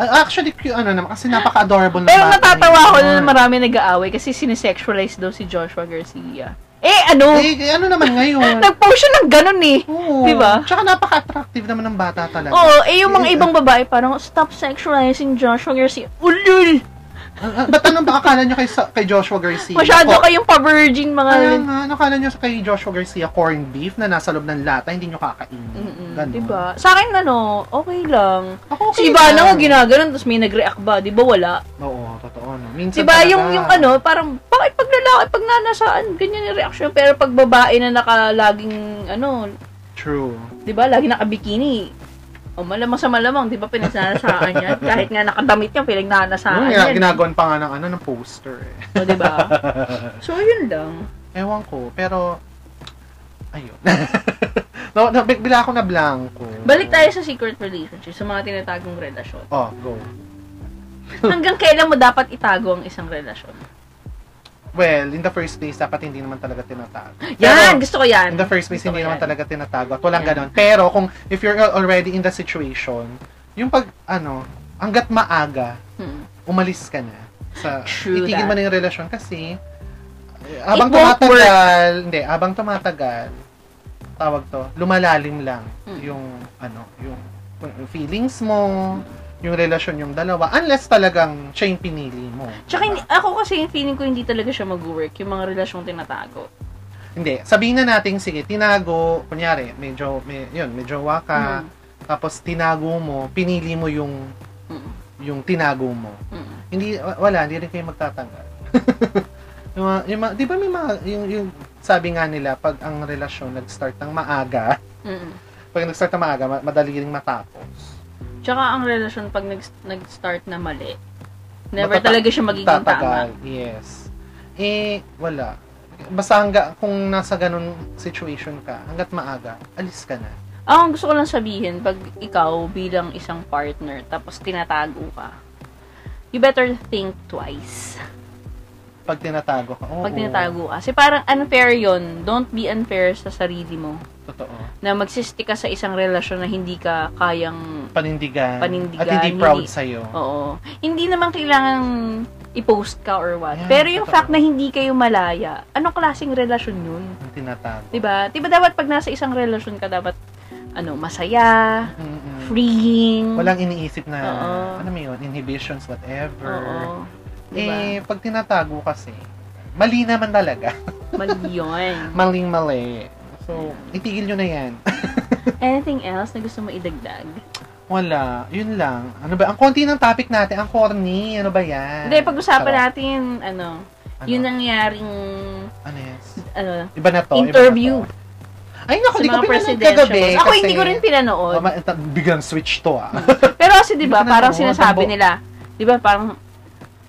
B: Ah, Actually, cute, ano naman, kasi napaka-adorable na
A: Pero
B: bata
A: natatawa
B: Mm, yun.
A: ako na marami nag-aaway kasi sinisexualize daw si Joshua Garcia. Eh, ano?
B: Eh, eh, ano naman ngayon?
A: Nag-post siya ng ganun eh.
B: Oo.
A: Di ba?
B: Tsaka napaka-attractive naman ng bata talaga.
A: Oo, eh yung mga
B: Eh,
A: ibang babae parang, stop sexualizing Joshua Garcia. Ulul!
B: Ah, ah, Ba't ano ba akala nyo kay, sa- kay Joshua Garcia?
A: Masyado
B: Ako-
A: kayong pa-virgin mga...
B: Kaya nga, nakala nyo sa kay Joshua Garcia corn beef na nasa loob ng lata, hindi nyo kakainin.
A: Mm-mm,
B: Ganon.
A: Diba? Sa akin ano, okay lang.
B: Ako
A: Si
B: okay
A: Ivana ko
B: lang.
A: ginaganon, tapos may nag-react ba? Di ba wala?
B: Oo, totoo. No. Minsan
A: Di ba
B: talaga.
A: yung, yung ano, parang bakit pag lalaki, pag nanasaan, ganyan yung reaction. Pero pag babae na naka laging, ano,
B: True.
A: di ba, lagi naka-bikini. O malamang sa malamang, di ba, pinagnanasaan yan. Kahit nga nakadamit yan, pinagnanasaan
B: Yung
A: yan.
B: ginagawan pa nga ng ano, ng poster eh.
A: O, di ba? So, yun lang.
B: Ewan ko, pero... Ayun. no, no, bila ako na blanco.
A: Balik tayo sa secret relationship, sa mga tinatagong relasyon.
B: Oh, go.
A: Hanggang kailan mo dapat itago ang isang relasyon?
B: Well, in the first place, dapat hindi naman talaga tinatago.
A: Yan!
B: Pero,
A: gusto ko yan!
B: In the first place,
A: Gusto ko
B: hindi naman
A: yan.
B: talaga tinatago. At walang
A: Yan.
B: ganon. Pero kung if you're already in the situation, yung pag, ano, hanggat maaga,
A: Hmm.
B: umalis ka na. Sa,
A: True
B: itigil
A: that.
B: mo na yung relasyon kasi eh, habang
A: It won't
B: tumatagal, hindi, habang tumatagal, tawag to, lumalalim lang
A: Mm.
B: yung, ano, yung yung feelings mo, yung relasyon yung dalawa, unless talagang siya yung pinili mo.
A: Tsaka,
B: diba?
A: hindi- ako kasi yung feeling ko hindi talaga siya mag-work, yung mga relasyong tinatago.
B: Hindi, sabihin na natin, sige, tinago, kunyari, medyo, may, yun, medyo waka,
A: Mm.
B: tapos tinago mo, pinili mo yung,
A: Mm.
B: yung tinago mo.
A: Mm.
B: hindi wa- wala hindi rin kayo magtatanggal yung, mga- yung, mga- di ba may mga yung, yung sabi nga nila pag ang relasyon nag-start ng maaga
A: Mm.
B: pag nag-start ng maaga ma- madali ring matapos
A: Tsaka ang relasyon pag nag- nag-start na mali, never
B: Matata-
A: talaga siya magiging
B: tatagal
A: tama.
B: yes eh wala basta hangga kung nasa ganun situation ka hanggat maaga alis ka na
A: Ako ang gusto ko lang sabihin, pag ikaw bilang isang partner, tapos tinatago ka, you better think twice
B: pag tinatago ka oo
A: pag tinatago ka. Kasi parang unfair yon Don't be unfair sa sarili mo
B: totoo
A: na magsisti ka sa isang relasyon na hindi ka kayang,
B: panindigan,
A: Panindigan,
B: at hindi
A: hindi- Oh.
B: proud sa'yo
A: oo. Hindi naman kailangan i-post ka or what.
B: Yeah,
A: Pero yung
B: totoo.
A: fact na hindi kayo malaya, anong klaseng relasyon yun?
B: ang tinatago
A: 'di ba? 'Di ba dapat pag nasa isang relasyon ka dapat ano, masaya,
B: Mm-mm.
A: freeing.
B: Mm. walang iniisip na
A: Hmm. Oo.
B: ano may yun inhibitions whatever
A: Oo. Diba? 'Di ba?
B: Eh, pag tinatago kasi, mali naman talaga.
A: Mali 'yun.
B: Maling-mali. So, itigil nyo na yan.
A: Anything else na gusto mo idagdag?
B: Wala. Yun lang. Ano ba? Ang konti ng topic natin. Ang corny. Ano ba yan?
A: Hindi pag-usapan
B: Charot.
A: natin ano,
B: Ano?
A: yun nangyaring
B: Ano yan?
A: ano,
B: Iba na to. iba na
A: interview
B: to. Ay,
A: sa
B: naku, di ko
A: mga
B: pinanood
A: presidential.
B: kagabi.
A: ones. Ako
B: kasi-
A: hindi ko rin pinanood. Hmm.
B: Oh, ma- ta- biglang switch to ah.
A: Pero kasi 'di ba,
B: Hindi ko
A: parang
B: pinanood.
A: sinasabi
B: Tambo.
A: nila, 'di ba, parang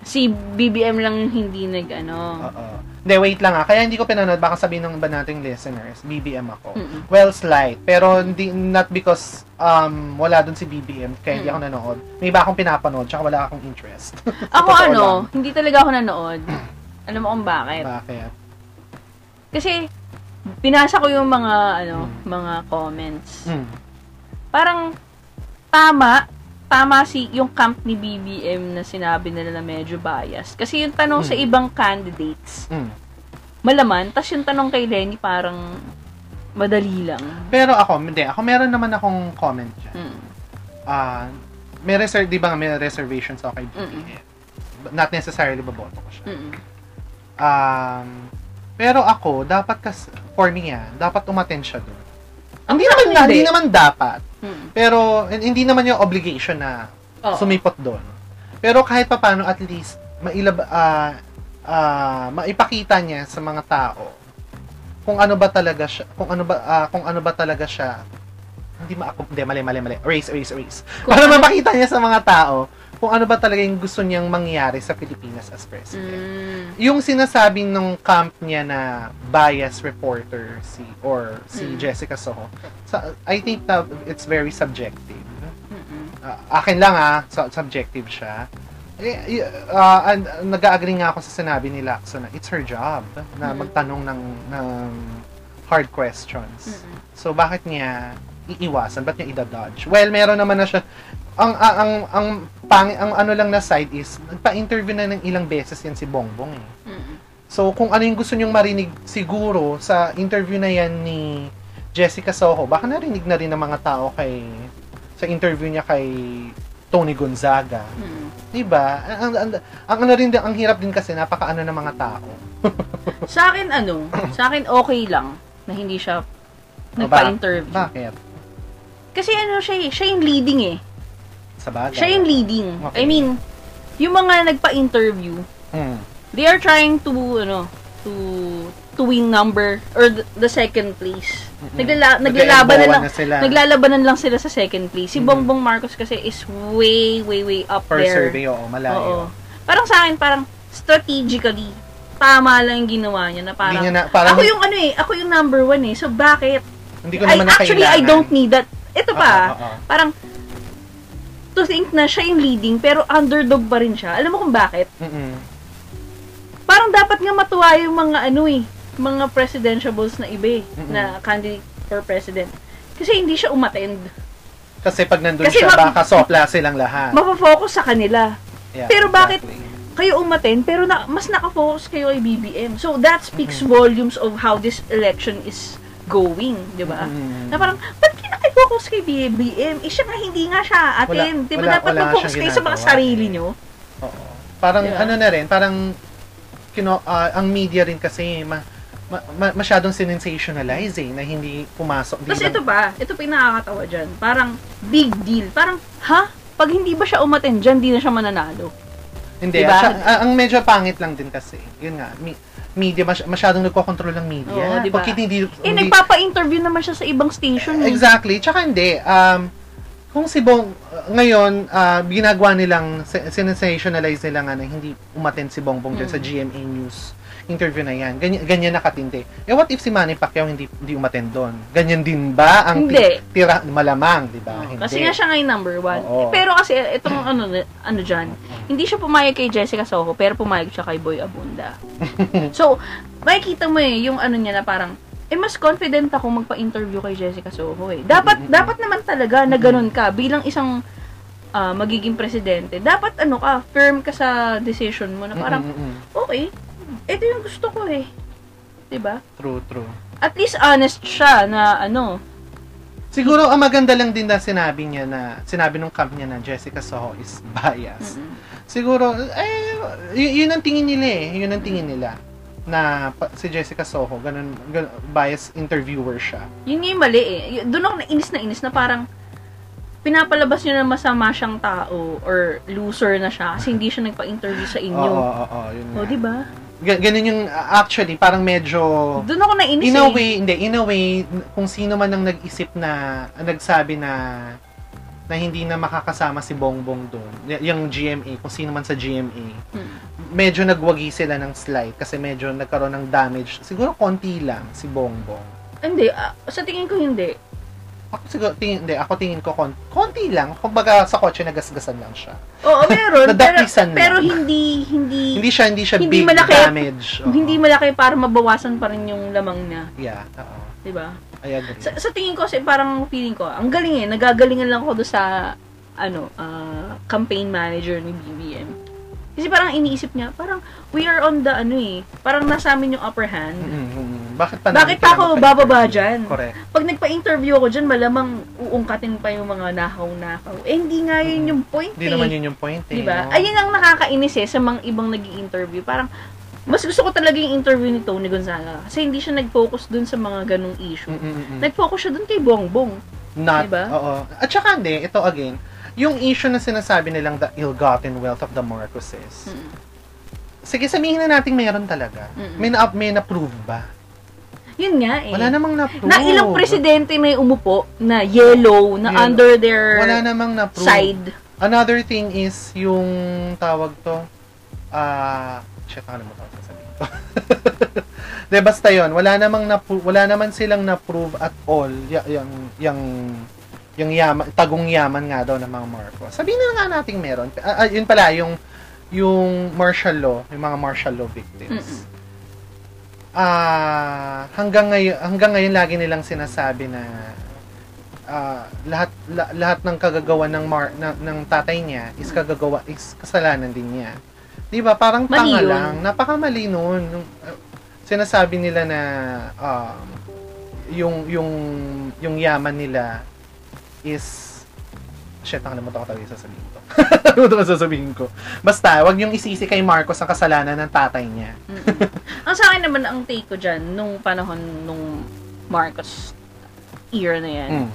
A: si BBM lang hindi nag ano.
B: Oo. Hindi, wait lang ah. Kaya hindi ko pinanood. Baka sabihin ng iba nating listeners, BBM ako.
A: Mm-mm.
B: Well, slight. Pero hindi, not because um, wala dun si BBM, kaya hindi ako nanood. May iba akong pinapanood, tsaka wala akong interest.
A: Ako
B: Totoo
A: ano,
B: lang.
A: hindi talaga ako nanood. Alam mo kung bakit?
B: Bakit?
A: Kasi binasa ko yung mga ano,
B: Hmm.
A: mga comments.
B: Mm.
A: Parang tama, tama si yung camp ni BBM na sinabi nila na medyo biased. Kasi yung tanong sa
B: Mm.
A: ibang candidates,
B: Mm.
A: malaman, tas yung tanong kay Lenny parang madali lang.
B: Pero ako, hindi. Ako meron naman akong comment dyan.
A: Mm.
B: Ah, may reser- di ba nga may reservations ako kay BBM? But Not necessarily baboto ko siya.
A: Mm.
B: Um, pero ako, dapat kas for me ah, dapat umaten siya doon.
A: Ako
B: Hindi
A: naman
B: naman,
A: hindi.
B: hindi naman dapat.
A: Mm.
B: Pero, and hindi naman yung obligation na
A: Oo.
B: sumipot doon. Pero kahit papaano at least mailab ah, ah, maipakita niya sa mga tao kung ano ba talaga siya, kung ano ba ah, kung ano ba talaga siya hindi maakop, hindi, mali, mali, mali. Erase, erase, erase.
A: Kung
B: Para
A: ano-
B: mapakita niya sa mga tao kung ano ba talaga yung gusto niyang mangyari sa Pilipinas as president.
A: Mm.
B: Yung sinasabi ng camp niya na bias reporter si or si
A: Mm.
B: Jessica Soho, sa, I think that it's very subjective
A: Mm-mm.
B: uh, akin lang ah, su- subjective siya. Eh, y- uh, and, uh, nag-agree nga ako sa sinabi ni Lakso na it's her job na
A: Mhm.
B: magtanong ng, ng hard questions.
A: Mm-mm.
B: So, bakit niya iiwasan? Ba't niya idadodge? Well, meron naman na siya. Ang, ang, ang, ang, pang, ang ano lang na side is, nagpa-interview na ng ilang beses yan si Bongbong eh.
A: Mm-mm.
B: So, kung ano yung gusto nyong marinig, siguro, sa interview na yan ni Jessica Soho, baka narinig na rin ng mga tao kay, sa interview niya kay Tony Gonzaga.
A: Hmm.
B: Diba? Ang, ang, ang, ano rin, ang hirap din kasi, napakaano ng mga tao.
A: Sa akin, ano? Sa akin, okay lang na hindi siya nagpa-interview.
B: Bakit?
A: Kasi ano siya eh, siya yung leading eh.
B: Sa bagay.
A: Siya yung leading.
B: Okay.
A: I mean, yung mga nagpa-interview,
B: Mm.
A: they are trying to, ano, to to win number or th- the second place. Naglala- naglalaban na lang.
B: Nag-eembowan sila
A: Naglalabanan lang sila sa second place. Si
B: Mm.
A: Bongbong Marcos kasi is way, way, way up
B: per
A: there.
B: survey,
A: Oo.
B: oo, malayo.
A: Parang sa akin, parang strategically, tama lang yung ginawa niya na
B: Hindi
A: parang,
B: niya na, parang,
A: ako yung ano eh, ako yung number one eh, so bakit?
B: hindi ko
A: I,
B: naman na
A: actually, I
B: kailangan.
A: don't need that. Ito
B: Oo,
A: pa,
B: oo, oo.
A: parang, to think na siya yung leading, pero underdog pa rin siya. Alam mo kung bakit?
B: Mm-mm.
A: Parang dapat nga matuwa yung mga ano eh, mga presidentiables na iba eh,
B: Mm-mm.
A: na candidate for president. Kasi hindi siya umattend.
B: Kasi pag nandun
A: Kasi
B: siya,
A: ma-
B: baka sopla silang lahat.
A: Mapafocus sa kanila.
B: Yeah,
A: pero bakit-
B: exactly.
A: Kayo umattend, pero na, mas nakafocus kayo kay BBM. So, that speaks volumes of how this election is going, di ba?
B: Mm-mm.
A: diba? Na parang, ba't kinakifocus kay BBM? Eh, siya nga, hindi nga siya atin.
B: Wala-
A: Di ba
B: wala-
A: dapat
B: wala
A: mag-focus
B: siyang
A: kayo sa mga
B: ginagawa
A: sarili
B: eh.
A: nyo?
B: Oo. Parang
A: Yeah.
B: ano na rin, parang kino, ah, ang media rin kasi ma, ma- ma- masyadong sensationalize eh, na hindi pumasok
A: Tapos
B: bilang-
A: ito pa, ito pa yung nakakatawa dyan. Parang big deal. Parang, ha? Pag hindi ba siya umaten dyan, di na siya mananalo.
B: Hindi,
A: diba?
B: at siya- ah, ang medyo pangit lang din kasi. Yun nga, mi- media masy- masyadong nagko-control ng media.
A: Oo, diba?
B: Bakit hindi,
A: Eh,
B: hindi-
A: nagpapa-interview naman siya sa ibang station. eh.
B: Exactly. Tsaka hindi. Um, kung si Bong, ngayon, ah, ginagawa nilang, sen- sensationalize nila nga na ano, hindi umaten si Bongbong dyan sa
A: Hmm.
B: GMA News interview na yan. Ganyan, ganyan nakatindi. Eh, what if si Manny Pacquiao hindi, hindi umaten doon? Ganyan din ba ang ti-
A: Hindi. Oh,
B: tira, malamang, di ba? Ah, hindi.
A: Kasi nga siya ngayon number one. Eh,
B: Oo.
A: Pero kasi itong ano, ano dyan, hindi siya pumayag kay Jessica Soho, pero pumayag siya kay Boy Abunda. so, makikita mo eh, yung ano niya na parang, eh mas confident ako magpa-interview kay Jessica Soho eh. Dapat, dapat naman talaga na ganun ka bilang isang ah, magiging presidente. Dapat ano ka, firm ka sa decision mo na parang,
B: Mm, mm, mm, mm.
A: okay, ito yung gusto ko eh. 'Di ba?
B: True, true.
A: At least honest siya na ano,
B: Siguro, ang maganda lang din na sinabi niya na, sinabi nung camp niya na Jessica Soho is biased. Siguro, eh, y- yun ang tingin nila eh. Yun ang tingin nila. Na pa- si Jessica Soho, ganun, ganun bias interviewer siya.
A: yun nga yung mali eh. Y- Doon ako nainis na inis na parang pinapalabas nyo na masama siyang tao or loser na siya kasi hindi siya nagpa-interview sa
B: Oo, oo,
A: inyo.
B: oo, yun
A: O,
B: nga.
A: di ba?
B: Ga- ganun yung, uh, actually, parang medyo,
A: Doon ako nainis
B: in a
A: eh.
B: way, hindi, in a way, n- kung sino man ang nag-isip na, ang nagsabi na, na hindi na makakasama si Bongbong doon, y- yung GMA, kung sino man sa GMA,
A: Hmm.
B: medyo nagwagi sila ng slide kasi medyo nagkaroon ng damage. Siguro konti lang si Bongbong.
A: Hindi, ah, sa tingin ko hindi.
B: Ako siguro, tingin, hindi, ako tingin ko kon- konti lang. Kumbaga sa kotse nagasgasan lang siya.
A: Oo, meron. pero,
B: Nadakisan lang.
A: pero hindi, hindi,
B: Hindi siya, hindi siya
A: Hindi
B: big
A: malaki.
B: damage. Oo.
A: hindi malaki para mabawasan pa rin yung lamang niya.
B: Yeah, oo.
A: Di ba?
B: I agree.
A: Sa, sa tingin ko, kasi parang feeling ko, ang galing eh. Nagagalingan lang ako doon sa, ano, ah, campaign manager ni BBM. Kasi parang iniisip niya, parang we are on the, ano eh, parang nasa amin yung upper hand.
B: Mm, mm, mm. Bakit pa
A: Bakit
B: namin
A: pa ako
B: kailangan
A: bababa
B: pa-interview?
A: dyan?
B: Correct.
A: Pag nagpa-interview ako dyan, malamang uungkatin pa yung mga nakaw-nakaw. Eh, hindi nga yun yung point
B: Hmm. Hindi
A: eh.
B: naman yun yung point eh.
A: Diba?
B: no?
A: Ayun ang nakakainis eh sa mga ibang nag interview Parang, mas gusto ko talaga yung interview ni Tony Gonzaga. Kasi hindi siya nag-focus dun sa mga ganong issue.
B: Mm, mm, mm, mm.
A: Nag-focus siya dun kay Bongbong.
B: Not,
A: Diba?
B: oo. At saka hindi, ito again, yung issue na sinasabi nilang the ill-gotten wealth of the Marcoses.
A: Mm.
B: Sige, sabihin na natin mayroon talaga.
A: Mm-mm.
B: May, na, may na-prove ba?
A: Yun nga eh.
B: Wala namang na-prove.
A: na ilang presidente may umupo na yellow, na
B: Yellow.
A: under their
B: Wala namang na-prove.
A: side.
B: Another thing is yung tawag to ah shit nakalimutan ko sasabihin ko. De basta 'yon, wala namang na wala naman silang na-prove at all y- yung yung yung yaman, tagong yaman nga daw ng mga Marcos. Sabihin na nga nating meron. Ah, ah, yun pala yung yung martial law, yung mga martial law victims. Ah, hanggang ngayon hanggang ngayon lagi nilang sinasabi na ah, lahat la- lahat ng kagagawa ng mar, ng, ng tatay niya is kagagawa is kasalanan din niya. 'Di Di ba? Parang
A: Mali
B: tanga
A: yun.
B: lang. Napakamali nun. Nung, uh, sinasabi nila na um, yung, yung, yung yaman nila is shit, nakalimutan ko talaga yung sasabihin ko. Nakalimutan ko yung sasabihin ko. Basta, wag niyong isisi kay Marcos ang kasalanan ng tatay niya.
A: Mm-mm. ang sa akin naman, ang take ko dyan, nung panahon, nung Marcos era na yan,
B: Mm.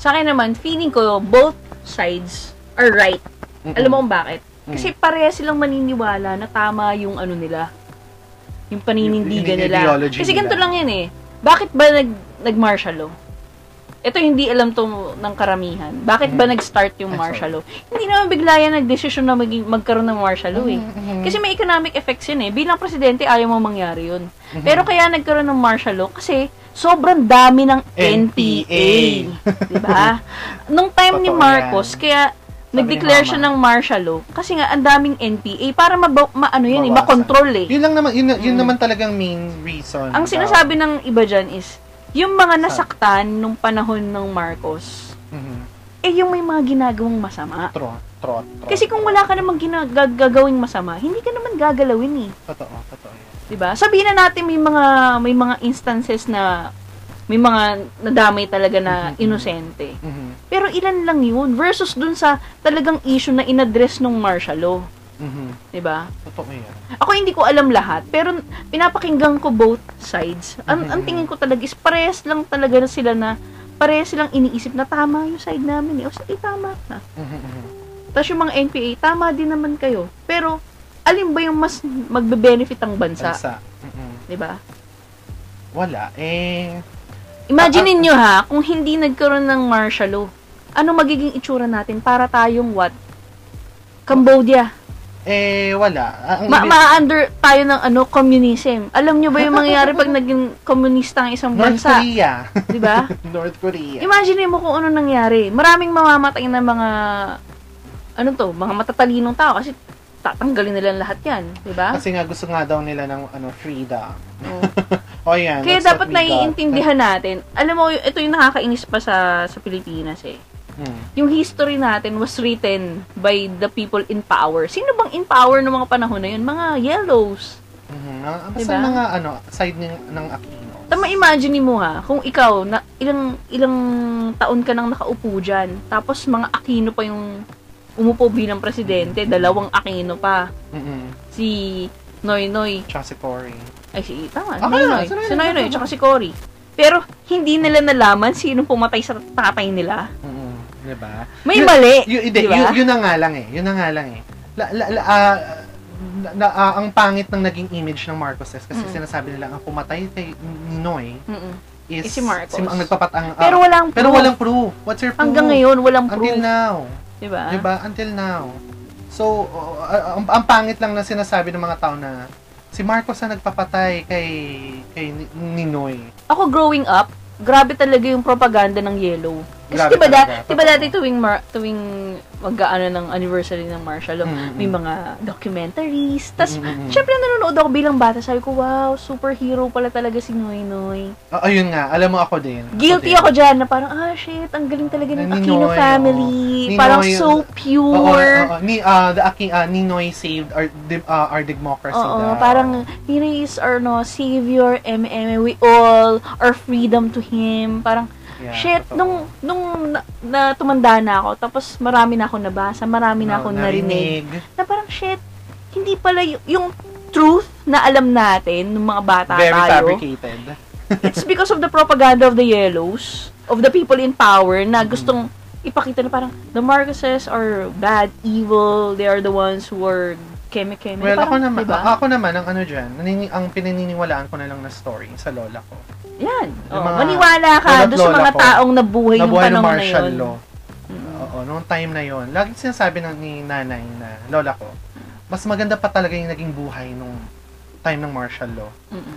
A: sa akin naman, feeling ko, both sides are right.
B: Mm-mm.
A: Alam mo kung bakit?
B: Mm.
A: Kasi pareha silang maniniwala na tama yung ano nila. Yung paninindigan
B: Yung- yung
A: nila.
B: ideology
A: Kasi ganito
B: nila.
A: lang yan eh. Bakit ba nag, nag-martial law? Ito hindi alam to ng karamihan. Bakit ba
B: Mm.
A: nag-start yung
B: Ay,
A: martial law? Hindi naman bigla yan nagdesisyon na maging, magkaroon ng martial law eh.
B: Mhm.
A: Kasi may economic effects yun eh. Bilang presidente, ayaw mo mangyari yun. Pero kaya nagkaroon ng martial law kasi sobrang dami ng NPA.
B: NPA.
A: diba? Nung time ni
B: Totoo
A: Marcos,
B: yan.
A: kaya nag-declare
B: ni Mama.
A: siya ng martial law kasi nga ang daming NPA para mabaw- ma ano yun, eh,
B: Bawasan.
A: makontrol eh.
B: Yun lang naman, yun, yun
A: Mm.
B: naman talagang main reason.
A: Ang
B: daw.
A: sinasabi ng iba dyan is, yung mga nasaktan nung panahon ng Marcos,
B: Mhm.
A: eh yung may mga ginagawang masama.
B: True, true, true.
A: Kasi kung wala ka namang ginagagawing masama, hindi ka naman gagalawin eh.
B: Totoo, totoo. yun.
A: 'di ba? Diba? Sabihin na natin may mga may mga instances na may mga nadamay talaga na
B: Mhm.
A: inosente.
B: Mhm.
A: Pero ilan lang 'yun versus dun sa talagang issue na inaddress nung martial law,
B: Mhm.
A: 'di ba?
B: Totoo yun.
A: Ako hindi ko alam lahat, pero pinapakinggan ko both sides. Ang, ang tingin ko talaga is parehas lang talaga na sila na parehas silang iniisip na tama yung side namin eh. O sige, tama na.
B: Mhm, mhm.
A: Tapos yung mga NPA, tama din naman kayo. Pero, alin ba yung mas magbe-benefit ang bansa? Diba?
B: Bansa. Mhm.
A: 'Di ba?
B: Wala. Eh, ah.
A: Imagine niyo ha, kung hindi nagkaroon ng martial law, ano magiging itsura natin para tayong what? Cambodia.
B: eh, wala. Ang
A: Ma-
B: ibig-
A: ma-under tayo ng ano, communism. Alam niyo ba yung mangyayari pag naging komunista ang isang
B: North
A: bansa?
B: Korea.
A: 'Di ba?
B: North Korea.
A: Imagine mo kung ano nangyari. Maraming mamamatay na mga ano to, mga matatalinong tao kasi tatanggalin nila lahat 'yan, 'di ba?
B: Kasi nga gusto nga daw nila ng ano freedom.
A: Oo.
B: O yan.
A: Kaya
B: that's
A: dapat
B: what we got.
A: naiintindihan natin. Alam mo, ito yung nakakainis pa sa sa Pilipinas eh.
B: Mm.
A: yung history natin was written by the people in power. Sino bang in power noong mga panahon na yun? Mga yellows.
B: Mhm. Ah, Basta
A: Diba?
B: mga ano, side ng, ng Aquino.
A: Tama, imagine mo ha, kung ikaw, na, ilang, ilang taon ka nang nakaupo dyan, tapos mga Aquino pa yung umupo bilang presidente, dalawang Aquino pa.
B: Mhm.
A: Si Noy Noy,
B: Tsaka si Cory.
A: ay si, tama,
B: Okay,
A: Noy Noy.
B: si Noy
A: Si
B: Noy,
A: Noy Noy,
B: tama.
A: tsaka si Cory. Pero, hindi nila nalaman sino pumatay sa tatay nila.
B: Mhm. Diba?
A: May
B: Yun-
A: mali.
B: Yun, hindi,
A: Diba?
B: yun, yun na nga lang eh. Yun na nga lang eh. La, la, la, ah, na- na- ah, ang pangit ng naging image ng Marcos is kasi
A: Mm.
B: sinasabi nila ang pumatay kay Noy
A: Mm-mm.
B: is
A: Is Eh, si Marcos.
B: ang nagpapat ang ah,
A: Pero walang
B: pero
A: proof.
B: walang proof. What's your proof?
A: Hanggang ngayon, walang
B: Until
A: proof.
B: now.
A: Diba?
B: 'Di ba? Until now. So, uh, uh, ang, ang pangit lang na sinasabi ng mga tao na si Marcos ang nagpapatay kay kay Ni- Ninoy.
A: ako growing up, grabe talaga yung propaganda ng yellow. Kasi
B: Grabe
A: diba, da,
B: talaga,
A: diba
B: totoo.
A: dati tuwing, mar- tuwing mag-ano ng anniversary ng martial law,
B: Mm,
A: may
B: mm.
A: mga documentaries. Tapos,
B: Mm, mm, mm.
A: syempre nanonood ako bilang bata. Sabi ko, wow, superhero pala talaga si Noy Noy.
B: Ah, ayun nga, alam mo ako din.
A: Guilty
B: din.
A: ako dyan na parang, ah, shit, ang galing talaga ng
B: Ni
A: Aquino
B: Noy,
A: family.
B: oh. Ni
A: Parang
B: Noy,
A: so pure.
B: Oo, oo, oo. ni ah, the Aki- ah, Ninoy saved our di- ah, our democracy.
A: Oo,
B: daw.
A: parang Ninoy is our no, savior, MM, we all, our freedom to him. Parang,
B: Yeah,
A: Shit,
B: totoo.
A: nung, nung na, na tumanda na ako, tapos marami na ako nabasa, marami na
B: Na-
A: ako narinig. Na parang, shit, hindi pala y- yung truth na alam natin nung mga bata
B: Very
A: tayo.
B: fabricated.
A: It's because of the propaganda of the yellows, of the people in power na
B: Mm-hmm.
A: gustong ipakita na parang the Marcoses are bad, evil, they are the ones who are keme-keme.
B: Well, ako
A: parang,
B: naman,
A: diba?
B: ako naman ang ano diyan, nanini- ang pinaniniwalaan ko na lang na story sa lola ko.
A: Yan. Oh,
B: Yung mga
A: maniwala ka doon sa
B: lola't
A: mga
B: lola ko.
A: taong nabuhay yung
B: Nabuhay ng
A: panahon na
B: martial
A: yun.
B: law.
A: Mm.
B: Oo, noong time na yon. Lagi sinasabi ng ni nanay na lola ko, mas maganda pa talaga yung naging buhay nung time ng martial law.
A: Mm-mm.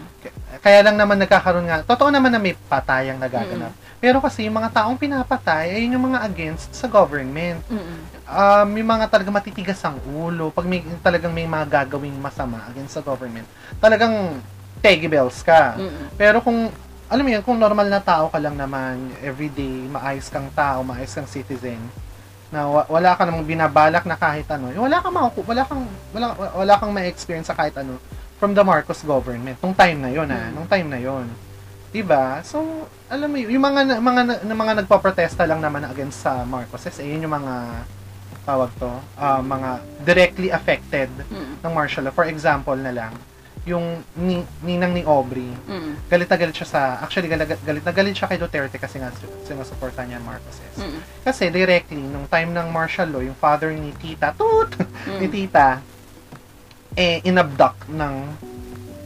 B: Kaya lang naman nagkakaroon nga, totoo naman na may patayang nagaganap. Pero kasi yung mga taong pinapatay, ayun yung mga against sa government.
A: Mm-mm.
B: um, may mga talaga matitigas ang ulo, pag may, talagang may mga gagawing masama against the government, talagang Peggy Bells ka.
A: Mm-mm.
B: Pero kung, alam mo yun, kung normal na tao ka lang naman, everyday, maayos kang tao, maayos kang citizen, na wa- wala ka namang binabalak na kahit ano. Yung Wala kang makuku, wala kang wala, wala kang ma-experience sa kahit ano from the Marcos government. Nung time na 'yon ah,
A: Mm.
B: nung time na 'yon. 'Di ba? So, alam mo yun, yung mga na- mga na- na- mga nagpoprotesta lang naman against sa Marcos, eh, yun yung mga tawag to, ah, mga directly affected
A: Mm,
B: ng martial law. For example na lang, yung ni, ninang ni Aubrey,
A: mm,
B: galit na galit siya sa, actually galit, galit na galit siya kay Duterte kasi nga su- sinusuportahan niya ang Marcoses.
A: mm,
B: Kasi directly, nung time ng martial law, yung father ni tita, toot,
A: mm.
B: ni tita, eh, inabduct ng,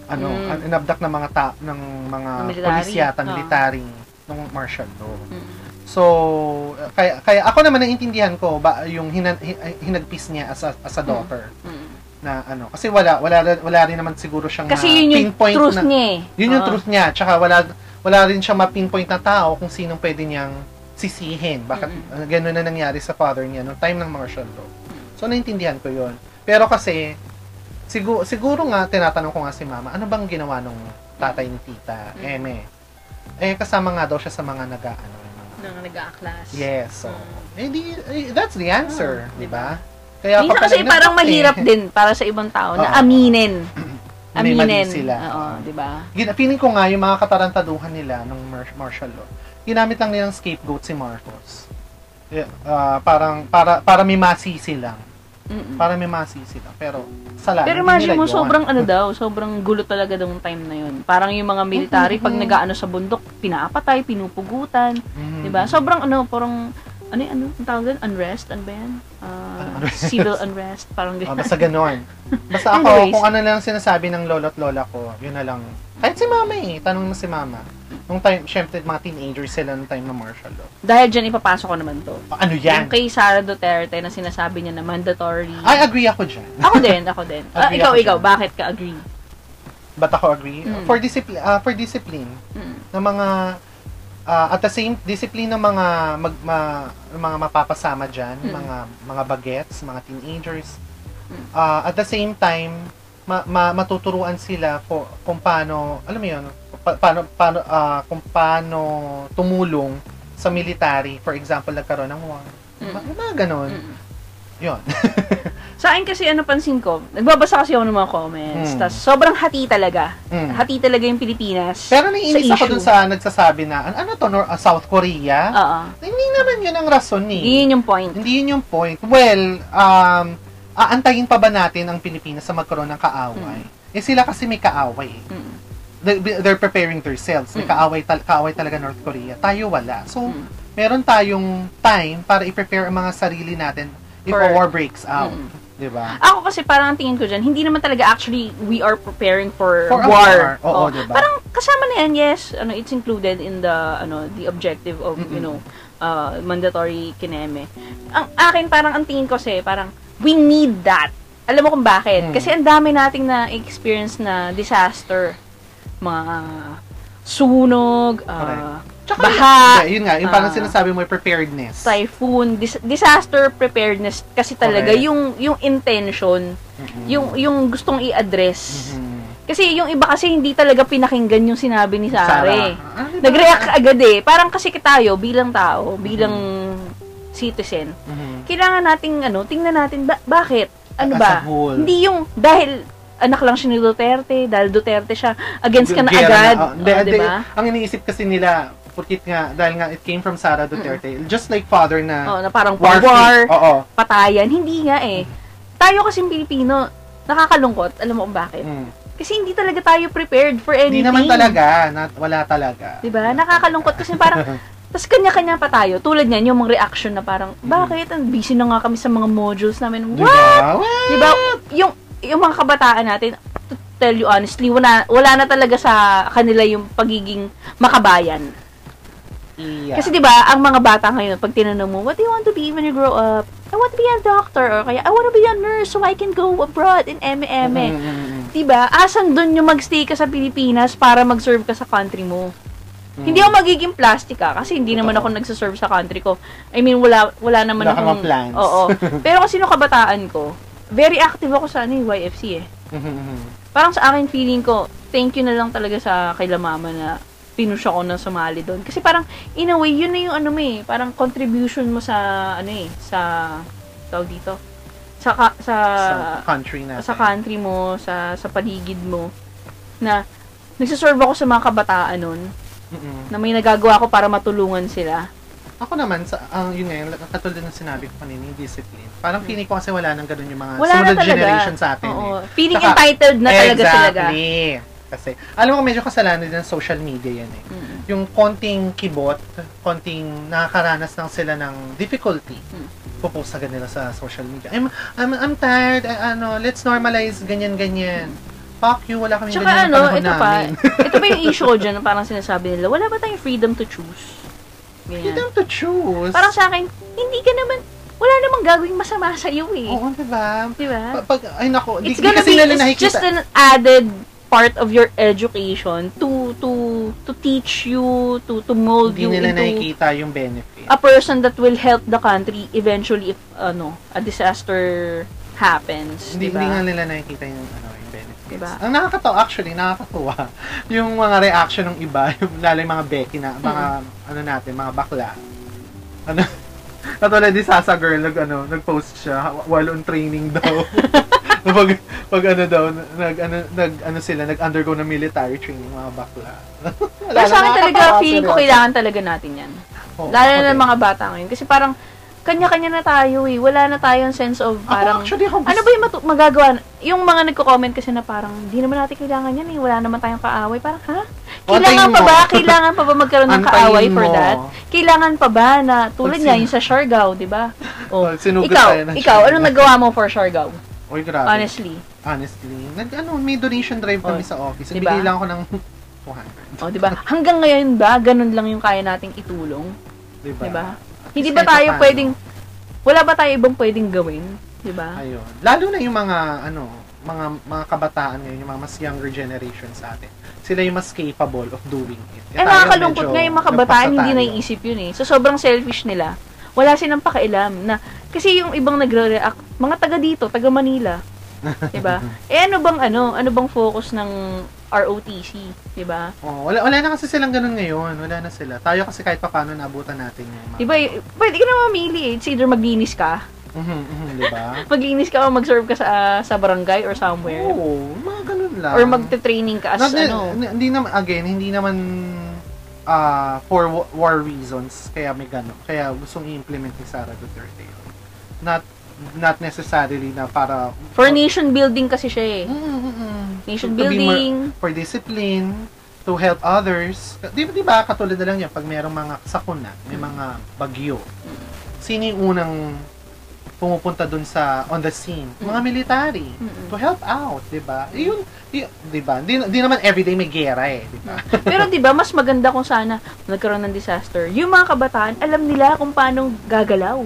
B: ano,
A: Mm.
B: an- inabduct ng mga, ta- ng mga
A: Ng military.
B: polisya,
A: Ah.
B: military, nung martial law.
A: Mm.
B: So, kaya, kaya ako naman naiintindihan ko ba yung hinan, hi- hinagpis niya as a, as a
A: Mm.
B: daughter
A: Mm.
B: na ano kasi wala wala rin- wala rin naman siguro siyang
A: Kasi
B: ma-
A: yun yung
B: pinpoint
A: truth
B: na,
A: niya eh.
B: yun yung
A: Oo.
B: truth niya. Tsaka wala, wala rin siyang ma-pinpoint na tao kung sinong pwede niyang sisihin. Bakit
A: Mm-mm.
B: uh, ganun na nangyari sa father niya noong time ng martial law. So, naintindihan ko yun. Pero kasi, siguro, siguro nga, tinatanong ko nga si mama, ano bang ginawa nung tatay ni tita,
A: Mm.
B: Eme? Eh, kasama nga daw siya sa mga naga, ano, yung mga-
A: Nang nag-a-class.
B: Yes, so,
A: Mm.
B: eh, di, eh, that's the answer,
A: Ah,
B: di
A: diba?
B: ba? Kaya
A: Minsan
B: kapag
A: kasi
B: nag-
A: parang
B: eh,
A: mahirap din para sa ibang tao na
B: Oo.
A: aminin.
B: may
A: Aminin.
B: mali sila.
A: Oo, di ba?
B: Gina- feeling ko nga yung mga katarantaduhan nila ng mar- martial law, ginamit lang nilang scapegoat si Marcos. Yeah, ah, parang para para may masisi lang.
A: Mm-mm.
B: Para may masisi lang. Pero sala.
A: Pero imagine mo, sobrang ano daw, sobrang gulo talaga nung time na yun. Parang yung mga military, pag
B: Mhm.
A: nagaano sa bundok, pinapatay, pinupugutan,
B: Mm-hmm.
A: di ba? Sobrang ano, parang, ano yung ano, ang tawag doon? Unrest? Ano ba yan? Ah,
B: Ano, unrest?
A: Civil unrest, parang ganyan.
B: Ah, basta ganon. Basta ako,
A: Anyways.
B: kung ano lang sinasabi ng lolo't lola ko, yun na lang. Kahit si mama eh, tanong mo si mama. Nung time, syempre mga teenagers sila nung time ng martial law.
A: Dahil dyan, ipapasok ko naman to.
B: Ah, Ano
A: Yung
B: yan? Ah,
A: kay Sara Duterte na sinasabi niya na mandatory.
B: I agree ako dyan.
A: ako din, ako din. Ah,
B: Agree
A: ikaw,
B: ako
A: ikaw,
B: dyan.
A: bakit ka agree?
B: Ba't ako agree?
A: Mm.
B: For, discipline, ah, for discipline,
A: Mm.
B: ng mga ah, at the same discipline ng mga mag, ma- ng mga mapapasama diyan,
A: Mm.
B: mga mga bagets, mga teenagers.
A: Mm.
B: Ah, at the same time ma, ma- matuturuan sila po, kung paano, alam mo 'yun, pa- paano paano ah, kung paano tumulong sa military. For example, nagkaroon ng war.
A: Mm.
B: Mga, mga ganon.
A: Mm.
B: 'Yun.
A: Sa akin kasi ano pansin ko, nagbabasa kasi ako ng mga comments,
B: Mm.
A: tas sobrang hati talaga.
B: Mm.
A: Hati talaga yung Pilipinas.
B: Pero naiinis
A: Sa
B: ako
A: issue.
B: dun sa nagsasabi na, "An- ano to, Nor- ah, South Korea?
A: Oo.
B: Hindi naman yun ang rason eh.
A: Yun yung point.
B: Hindi yun yung point. Well, um, aantayin pa ba natin ang Pilipinas sa magkaroon ng kaaway? Eh sila kasi may kaaway.
A: Mm.
B: They- They're preparing themselves. May
A: Mm.
B: kaaway, tal- kaaway talaga North Korea. Tayo wala. So,
A: Mm.
B: meron tayong time para i-prepare ang mga sarili natin if
A: For-
B: a war breaks out.
A: Mm.
B: Di ba?
A: Ako kasi parang ang tingin ko dyan, hindi naman talaga actually we are preparing for,
B: For a war.
A: war. Oo.
B: Oo, diba?
A: Parang kasama na yan, yes, ano, it's included in the ano the objective of, you know,
B: Mm-mm.
A: uh, mandatory kineme. Ang akin parang ang tingin ko kasi parang we need that. Alam mo kung bakit?
B: Mm.
A: Kasi ang dami nating na experience na disaster. Mga sunog, uh,
B: Tsaka,
A: baha,
B: Hindi, yun nga, yung parang
A: ah,
B: sinasabi mo yung preparedness.
A: typhoon, dis- disaster preparedness kasi talaga
B: Correct.
A: yung yung intention,
B: Mhm.
A: yung yung gustong i-address.
B: Mhm.
A: Kasi yung iba kasi hindi talaga pinakinggan yung sinabi ni Sara. eh.
B: Ah, di ba?
A: Nag-react agad eh. Parang kasi tayo bilang tao, bilang
B: Mm-hmm.
A: citizen,
B: Mhm.
A: kailangan nating ano, tingnan natin ba- bakit? Ano
B: As a
A: ba?
B: whole.
A: Hindi yung dahil anak lang siya ni Duterte, dahil Duterte siya, against ka na
B: Gera
A: agad.
B: ah.
A: Oh,
B: Hindi,
A: di
B: hindi.
A: ba?
B: Ang iniisip kasi nila, porkit nga, dahil nga it came from Sara Duterte, just like father na
A: Mm. Oh, na parang war,
B: war,
A: war
B: Oo.
A: patayan. Hindi nga eh. Tayo kasing Pilipino, nakakalungkot. Alam mo kung bakit?
B: Mm.
A: Kasi hindi talaga tayo prepared for
B: Hindi
A: anything.
B: naman talaga, na, wala talaga.
A: 'Di ba? Diba? Nakakalungkot kasi parang tas kanya-kanya pa tayo. Tulad niyan yung mga reaction na parang bakit ang busy na nga kami sa mga modules namin.
B: Mm. Diba?
A: What?
B: What?
A: 'Di ba? Yung yung mga kabataan natin, to tell you honestly, wala wala na talaga sa kanila yung pagiging makabayan.
B: Yeah.
A: Kasi 'di ba, ang mga bata ngayon, pag tinanong mo, what do you want to be when you grow up? I want to be a doctor or kaya I want to be a nurse so I can go abroad in
B: Mm,
A: MME.
B: mm, mm, mm.
A: Diba? Asan doon yung magstay ka sa Pilipinas para mag-serve ka sa country mo?
B: Mm.
A: Hindi ako magiging plastic ah, kasi hindi naman
B: Totoo.
A: ako nagsaserve sa country ko. I mean, wala, wala naman
B: Wala ka
A: akong...
B: mga plans.
A: Oo. Pero kasi nung kabataan ko, very active ako sa ano, eh, YFC eh.
B: Mhm, mhm.
A: Parang sa akin feeling ko, thank you na lang talaga sa kay La Mama na pinush ako na sumali doon. Kasi parang, in a way, yun na yung ano mo eh, parang contribution mo sa, ano eh, sa, tawag dito, sa, ka- sa,
B: sa country natin.
A: Ah, sa country mo, sa, sa paligid mo, na, nagsiserve ako sa mga kabataan noon,
B: Mm-mm.
A: na may nagagawa ako para matulungan sila.
B: Mm, Ako naman, sa, ang yun nga, yung katulad ng sinabi ko kanina, yung discipline. Parang feeling ko kasi wala nang ganun yung mga
A: Mm. Wala na
B: sumunod
A: talaga.
B: Ah, generation sa atin.
A: Oo.
B: Eh.
A: Feeling
B: Saka-
A: entitled na talaga sila. ga.
B: exactly. Kasi, alam mo, medyo kasalanan din ng social media yan eh.
A: Mm,
B: Yung konting kibot, konting nakakaranas lang sila ng difficulty,
A: Mm.
B: pupost agad nila sa social media. I'm, I'm, I'm tired, I- ano, let's normalize, ganyan-ganyan. Fuck you, wala kami
A: Tsaka
B: ganyan
A: ano,
B: ano, panahon
A: ito pa,
B: namin.
A: ito pa yung issue ko dyan, na parang sinasabi nila, wala ba tayong freedom to choose? Ganyan.
B: Freedom to choose.
A: Parang sa akin, hindi ka naman, wala namang gagawing masama sa iyo eh.
B: Oo, diba?
A: Di ba?
B: Pa- Pag, ay nako, di,
A: It's
B: di
A: gonna be,
B: kasi nila
A: it's
B: nakikita.
A: just an added part of your education to to to teach you to to mold
B: Hindi
A: you
B: nila
A: into
B: nakikita yung benefit.
A: a person that will help the country eventually if ano a disaster happens
B: hindi,
A: di
B: hindi nga
A: ba
B: nila nakikita yung, ano, yung benefits.
A: Diba?
B: Ang nakakatawa, actually, nakakatuwa, yung mga reaction ng iba, yung, lalo yung mga Becky na, mga,
A: Hmm.
B: ano natin, mga bakla. Ano, katulad ni Sasa Girl, nag, ano, nag-post siya while on training daw. pag, pag ano daw, nag, ano, nag, ano sila, nag-undergo ng military training, mga bakla. Wala
A: Pero
B: na,
A: sa akin
B: nakakatawa,
A: talaga feeling ko
B: seryoso.
A: kailangan talaga natin yan
B: Oo,
A: lalo
B: ako
A: na
B: din.
A: ng mga bata ngayon kasi parang kanya-kanya na tayo eh wala na tayong sense of
B: Ako,
A: parang
B: actually, ako,
A: Ano ba yung matu- magagawa? Yung mga nagko-comment kasi na parang, di naman natin kailangan yan eh. Wala naman tayong kaaway. Parang, ha? Kailangan
B: Antayin
A: pa
B: mo.
A: ba? Kailangan pa ba magkaroon ng
B: Antayin
A: kaaway for
B: mo.
A: that? Kailangan pa ba na, tulad
B: Pag
A: niya,
B: sin-
A: yung sa Siargao, di ba? Oh,
B: Pag sinugot
A: ikaw,
B: tayo ng
A: ikaw, ano
B: Siargao.
A: anong nagawa mo for Siargao?
B: Uy, grabe.
A: Honestly.
B: honestly, nag, ano, may donation drive kami sa office.
A: Diba?
B: Nagbigay lang ako ng 200.
A: Oh, di ba? Hanggang ngayon ba, ganun lang yung kaya nating itulong?
B: Diba?
A: Di ba?
B: At
A: Hindi
B: least
A: ba tayo
B: kahit paano.
A: pwedeng, wala ba tayo ibang pwedeng gawin? Di ba?
B: Ayun. Lalo na yung mga, ano, mga mga kabataan ngayon, yung mga mas younger generation sa atin. Sila yung mas capable of doing it.
A: Eh,
B: tayo,
A: nakakalungkot
B: medyo
A: nga yung mga kabataan,
B: nagpasa
A: hindi
B: tayo.
A: naiisip yun eh. So, sobrang selfish nila. Wala silang pakialam na, kasi yung ibang nagre-react, mga taga dito, taga Manila, 'di ba? Eh ano bang ano, ano bang focus ng ROTC, 'di ba?
B: Oo, wala, wala na kasi silang ganun ngayon. Wala na sila. Tayo kasi kahit pa paano naabutan natin yung mga... ano.
A: 'Di ba? Diba, y- Pwede ka na mamili eh. It's either maglinis ka,
B: Mhm, mhm, diba?
A: maglinis ka o mag-serve ka sa sa barangay or somewhere
B: Oo, mga ganun lang.
A: or magte-training ka as
B: Not na-
A: ano.
B: na- Hindi naman, again, hindi naman ah, for wa- war reasons, kaya may gano, kaya gustong i-implement ni Sara Duterte yun. Not, not necessarily na para...
A: For nation building kasi siya eh.
B: Mm, mm, mm, mm.
A: Nation
B: To- to be more-
A: building.
B: for discipline, to help others. Di, di ba, katulad na lang yan, pag merong mga sakuna, may
A: Hmm.
B: mga bagyo, sino yung unang pumupunta dun sa, on the scene?
A: Hmm.
B: Mga military.
A: Mm-mm.
B: To help out, di ba? Eh, Yun, yun- di ba? Di, di naman everyday may gera eh, di ba?
A: Pero 'di ba mas maganda kung sana nagkaroon ng disaster. Yung mga kabataan, alam nila kung paano gagalaw.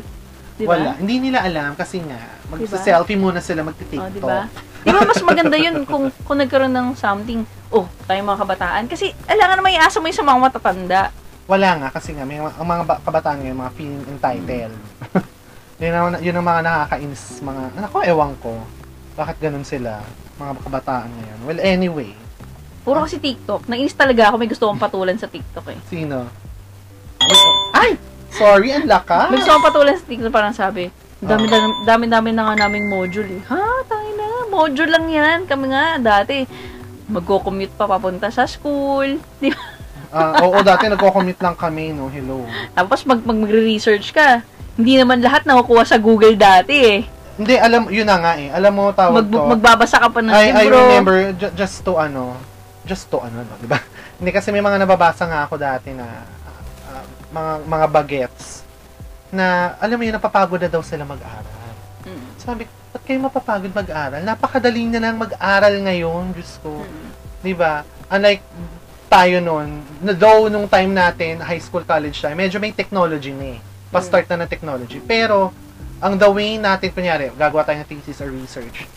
A: Diba? 'Di ba?
B: Wala. Hindi nila alam kasi nga, mag-selfie muna sila,
A: Oh,
B: magti-tiktok.
A: 'di ba? 'Di ba mas maganda 'yun kung kung nagkaroon ng something. Oh, tayo mga kabataan kasi alangan naman iasa mo 'yung sa mga matatanda.
B: Wala nga kasi nga, may, mga- ang mga ba- kabataan ngayon, mga feeling entitled. yun, ang, yun ang mga nakakainis, mga, ako, ewan ko. Bakit ganun sila, mga kabataan ngayon. Well, anyway,
A: Puro kasi TikTok. Nainis talaga ako may gusto kong patulan sa TikTok eh.
B: sino? Ay! Sorry, ang lakas!
A: May gusto kong patulan sa TikTok parang sabi, dami
B: Ah.
A: dami dami na nga naming module eh. Ha, tayo na. Module lang 'yan. Kami nga dati magko-commute pa papunta sa school. Di ba?
B: Ah, oo, dati nagko-commute lang kami, no? Hello.
A: Tapos mag, mag magre-research ka. Hindi naman lahat nakukuha sa Google dati eh.
B: Hindi, alam, yun na nga eh. Alam mo, tawag
A: Mag,
B: to.
A: magbabasa ka pa ng
B: I, I
A: libro.
B: remember, ju- just to ano, just to ano, no, di ba? Hindi kasi may mga nababasa nga ako dati na ah, ah, mga mga bagets na alam mo yun, napapagod na daw sila mag-aral.
A: Mm.
B: Sabi ko, ba't kayo mapapagod mag-aral? Napakadali na lang mag-aral ngayon, Diyos ko. Di ba? Unlike tayo noon, na- though nung time natin, high school, college time, medyo may technology na eh. Pa-start na ng technology. Pero, ang the way natin, kunyari, gagawa tayo ng thesis or research,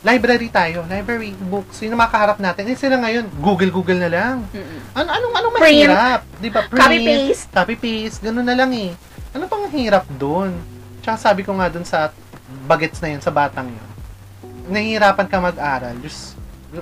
B: library tayo, library, books, yun ang makaharap natin. Eh, sila ngayon, Google-Google na lang.
A: Mm-mm.
B: Ano, anong, anong
A: Print.
B: mahirap? Di ba? Print,
A: Copy-paste.
B: Copy-paste, ganun na lang eh. Ano pang hirap doon? Tsaka sabi ko nga doon sa bagets na yun, sa batang yun, nahihirapan ka mag-aral. Just,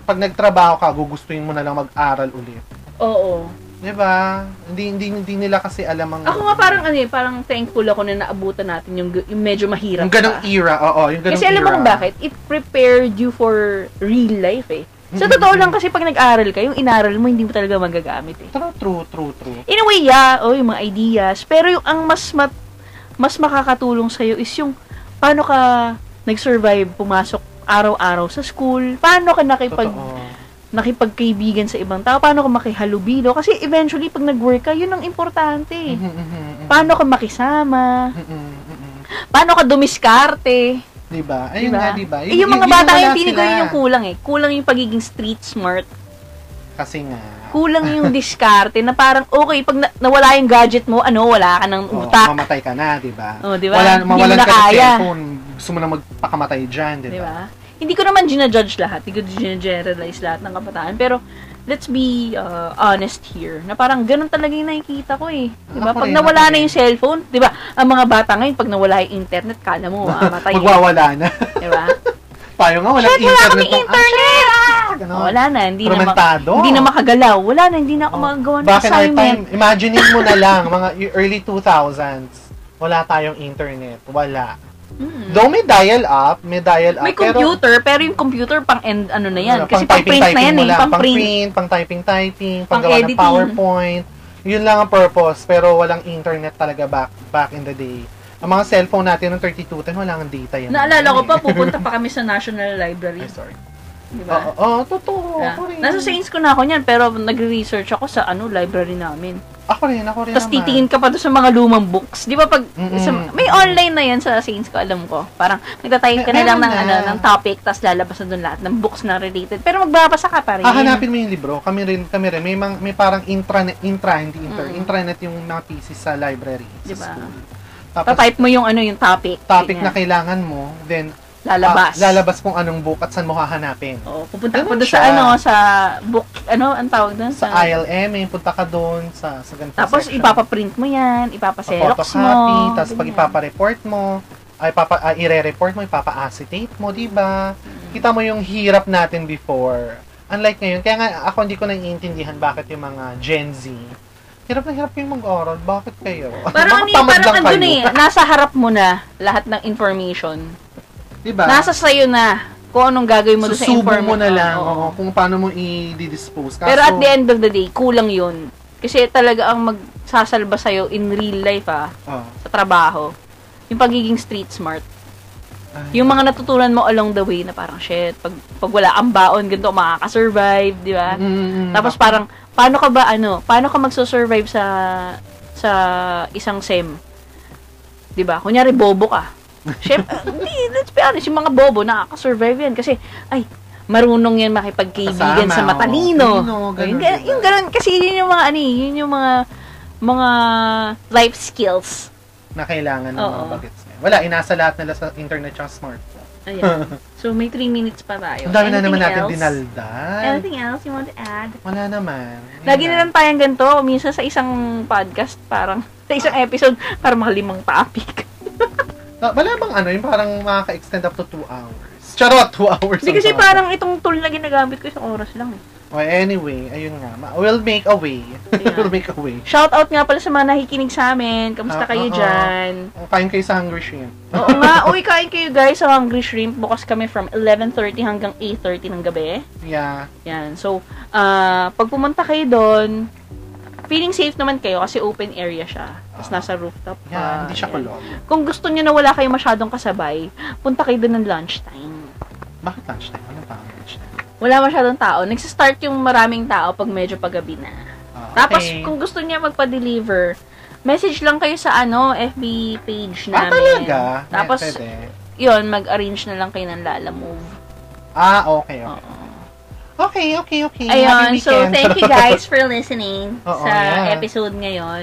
B: pag nagtrabaho ka, gugustuhin mo na lang mag-aral ulit.
A: Oo.
B: 'Di ba? Hindi, hindi hindi nila kasi alam ang
A: Ako nga parang ano eh, parang thankful ako na naabutan natin yung, yung medyo mahirap.
B: yung ganong
A: pa.
B: era, oo, yung ganong
A: Kasi alam mo
B: era.
A: kung bakit? It prepared you for real life eh. Sa
B: Mm-mm.
A: totoo lang kasi pag nag-aral ka, yung inaral mo hindi mo talaga magagamit eh.
B: True, true, true, true.
A: In a way, yeah, oh, yung mga ideas. Pero yung ang mas mat, mas makakatulong sa'yo is yung paano ka nag-survive, pumasok araw-araw sa school, paano ka nakipag,
B: Totoo.
A: Hmm. nakipagkaibigan sa ibang tao, paano ka makihalubilo. Kasi eventually, pag nag-work ka, yun ang importante. eh.
B: Mhm, mhm, mhm.
A: Paano ka makisama,
B: Mhm, mhm, mhm.
A: paano ka dumiskarte.
B: Diba? Ayun
A: Diba?
B: nga, diba?
A: Eh, yung mga bata ngayon, feeling ko yun yung kulang eh. Kulang yung pagiging street smart.
B: Kasi nga.
A: Kulang yung diskarte na parang, okay, pag na- nawala yung gadget mo, ano, wala ka ng
B: Oo,
A: utak.
B: mamatay ka na, diba?
A: Oh, diba?
B: Wala,
A: Hindi mo
B: mawalan
A: na
B: ka ng
A: kaya.
B: cellphone. Gusto mo na magpakamatay dyan, diba?
A: Di ba? Hindi ko naman ginajudge lahat. Hindi ko gina-generalize lahat ng kabataan. Pero, let's be uh, honest here. Na parang ganun talaga yung nakikita ko eh. Di ba?
B: Ako
A: Pag
B: rin,
A: nawala
B: ako
A: na
B: rin.
A: yung cellphone, di ba? Ang mga bata ngayon, pag nawala yung internet, kala mo, mamatay.
B: Magwawala na.
A: Di ba?
B: Tayo nga, walang
A: Shit, wala
B: internet.
A: kaming internet!
B: Ah, ganun.
A: Oh, wala na. Hindi na, ma-
B: Promentado.
A: hindi na makagalaw. Wala na. Hindi na ako
B: Oh.
A: magagawa ng
B: Back in our
A: assignment.
B: time, imaginein mo na lang, mga early 2000s, wala tayong internet. Wala.
A: Mm.
B: Though may dial-up, may dial-up.
A: May
B: Ah, pero-
A: computer, pero yung computer pang end, ano na yan.
B: Ano,
A: Kasi pang print na yan
B: pang-typing-typing
A: eh.
B: mo lang.
A: Pang print.
B: Pang-print, pang-typing-typing,
A: Pang
B: panggawa ng
A: editing.
B: PowerPoint. Yun lang ang purpose, pero walang internet talaga back back in the day. Ang mga cellphone natin ng 3210, wala ang data yan.
A: Naalala ko pa,
B: Eh.
A: pupunta pa kami sa National Library.
B: Ay, sorry. Oo,
A: Di ba?
B: oo, oo, totoo.
A: Yeah.
B: Ako rin.
A: Nasa Saints ko na ako niyan, pero nagre-research ako sa ano library namin.
B: Ako rin, ako rin
A: Tapos
B: naman.
A: titingin ka pa doon sa mga lumang books. Di ba pag,
B: Mm-mm.
A: sa, may online na yan sa Saints ko, alam ko. Parang magta-type ka na
B: May-
A: lang ng,
B: meron
A: ano,
B: na.
A: ng topic, tapos lalabas na doon lahat ng books na related. Pero magbabasa ka pa rin.
B: Ah, hanapin mo yung libro. Kami rin, kami rin. May, mang, may parang intranet, intra, hindi inter,
A: Mm.
B: intranet yung mga pieces sa library. sa
A: Diba?
B: school. Tapos,
A: Tatype mo yung ano yung topic.
B: topic na
A: Ganyan.
B: kailangan mo, then,
A: lalabas.
B: ah, lalabas kung anong book at saan mo hahanapin.
A: Oo, pupunta ka pa
B: Ganun
A: doon sa
B: siya.
A: ano, sa book, ano, ang tawag doon?
B: sa ILM, eh, punta ka doon sa sa ganitong
A: Tapos
B: section.
A: ipapaprint mo yan, ipapaserox
B: Papotocopy,
A: mo.
B: tapos pag
A: ganyan.
B: ipapareport mo, ay papa ah, ire-report mo, ipapa-acetate mo, 'di
A: Hmm.
B: ba? Kita mo yung hirap natin before. Unlike ngayon, kaya nga ako hindi ko naiintindihan bakit yung mga Gen Z hirap na hirap yung mag-oral. Bakit kayo?
A: Parang ano
B: Mga
A: yun,
B: tamad
A: parang
B: lang
A: andun eh,
B: kayo.
A: nasa harap mo na lahat ng information.
B: 'Di ba?
A: Nasa sa'yo na kung anong gagawin mo doon sa
B: Ah. Susubo
A: information.
B: mo na lang
A: Oo.
B: oo, kung paano mo i-dispose. Kaso,
A: Pero at the end of the day, kulang yun. Kasi talaga ang magsasalba sa'yo in real life ah,
B: oo.
A: sa trabaho, yung pagiging street smart.
B: Ay.
A: Yung mga natutunan mo along the way na parang, shit, pag, pag wala ang baon, ganito ako makakasurvive, di ba?
B: Mm,
A: Tapos parang, paano ka ba, ano, paano ka magsusurvive sa, sa isang SEM? di ba Kunyari, bobo ka. Siyempre, hindi, let's be honest, yung mga bobo, nakakasurvive yan. Kasi, ay, marunong yan makipagkaibigan
B: Kasama,
A: sa matalino.
B: oo. Matalino, ganun,
A: yung, ga-
B: diba?
A: yung ganun, kasi yun yung mga, ano, eh, yun yung mga, mga life skills.
B: na kailangan ng mga
A: Oo.
B: bagets ngayon. Wala, inasa lahat nila sa internet at smartphone.
A: Ayan. So, may 3 minutes pa tayo.
B: Ang dami na
A: Anything
B: naman natin
A: else?
B: dinaldal.
A: Anything else you want to add?
B: Wala naman. Yun
A: Lagi na lang tayong ganito, minsan sa isang podcast, parang, sa isang episode, parang mga limang topic.
B: Ah, Wala bang ano, yung parang makaka-extend up to 2 hours. Charot, 2 hours.
A: Hindi
B: ang
A: kasi
B: tawag.
A: parang itong tool na ginagamit ko isang oras lang. eh.
B: Oh, anyway, ayun nga. Ma- We'll make a way.
A: Ayan.
B: we'll make a way.
A: Shout out nga pala sa mga nakikinig sa amin. Kamusta
B: Ah,
A: kayo
B: oo.
A: dyan?
B: Oh, Kain kayo sa Hungry Shrimp.
A: Oo nga, uy, kain kayo guys sa Hungry Shrimp. Bukas kami from 11.30 hanggang 8.30 ng gabi.
B: Yeah.
A: Yan. So, ah pag pumunta kayo doon, feeling safe naman kayo kasi open area siya. Tapos
B: Ah.
A: nasa rooftop
B: Yeah,
A: pa.
B: hindi siya
A: Ayan.
B: kulog.
A: Kung gusto nyo na wala kayo masyadong kasabay, punta kayo doon ng lunchtime.
B: Bakit lunchtime? Ano pa ang lunchtime?
A: Wala masyadong tao. Nagsistart yung maraming tao pag medyo paggabi na.
B: Ah,
A: Tapos,
B: okay.
A: kung gusto niya magpa-deliver, message lang kayo sa ano, FB page
B: Ah,
A: namin.
B: talaga?
A: Tapos,
B: Yeah, pwede.
A: yun, mag-arrange na lang kayo ng Lala Move.
B: Ah, okay, okay.
A: Oo.
B: Okay, okay, okay.
A: Oh. Ayun,
B: Happy
A: so
B: weekend.
A: thank you guys for listening
B: Oo,
A: sa
B: yeah.
A: episode ngayon.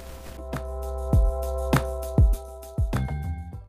B: Bye!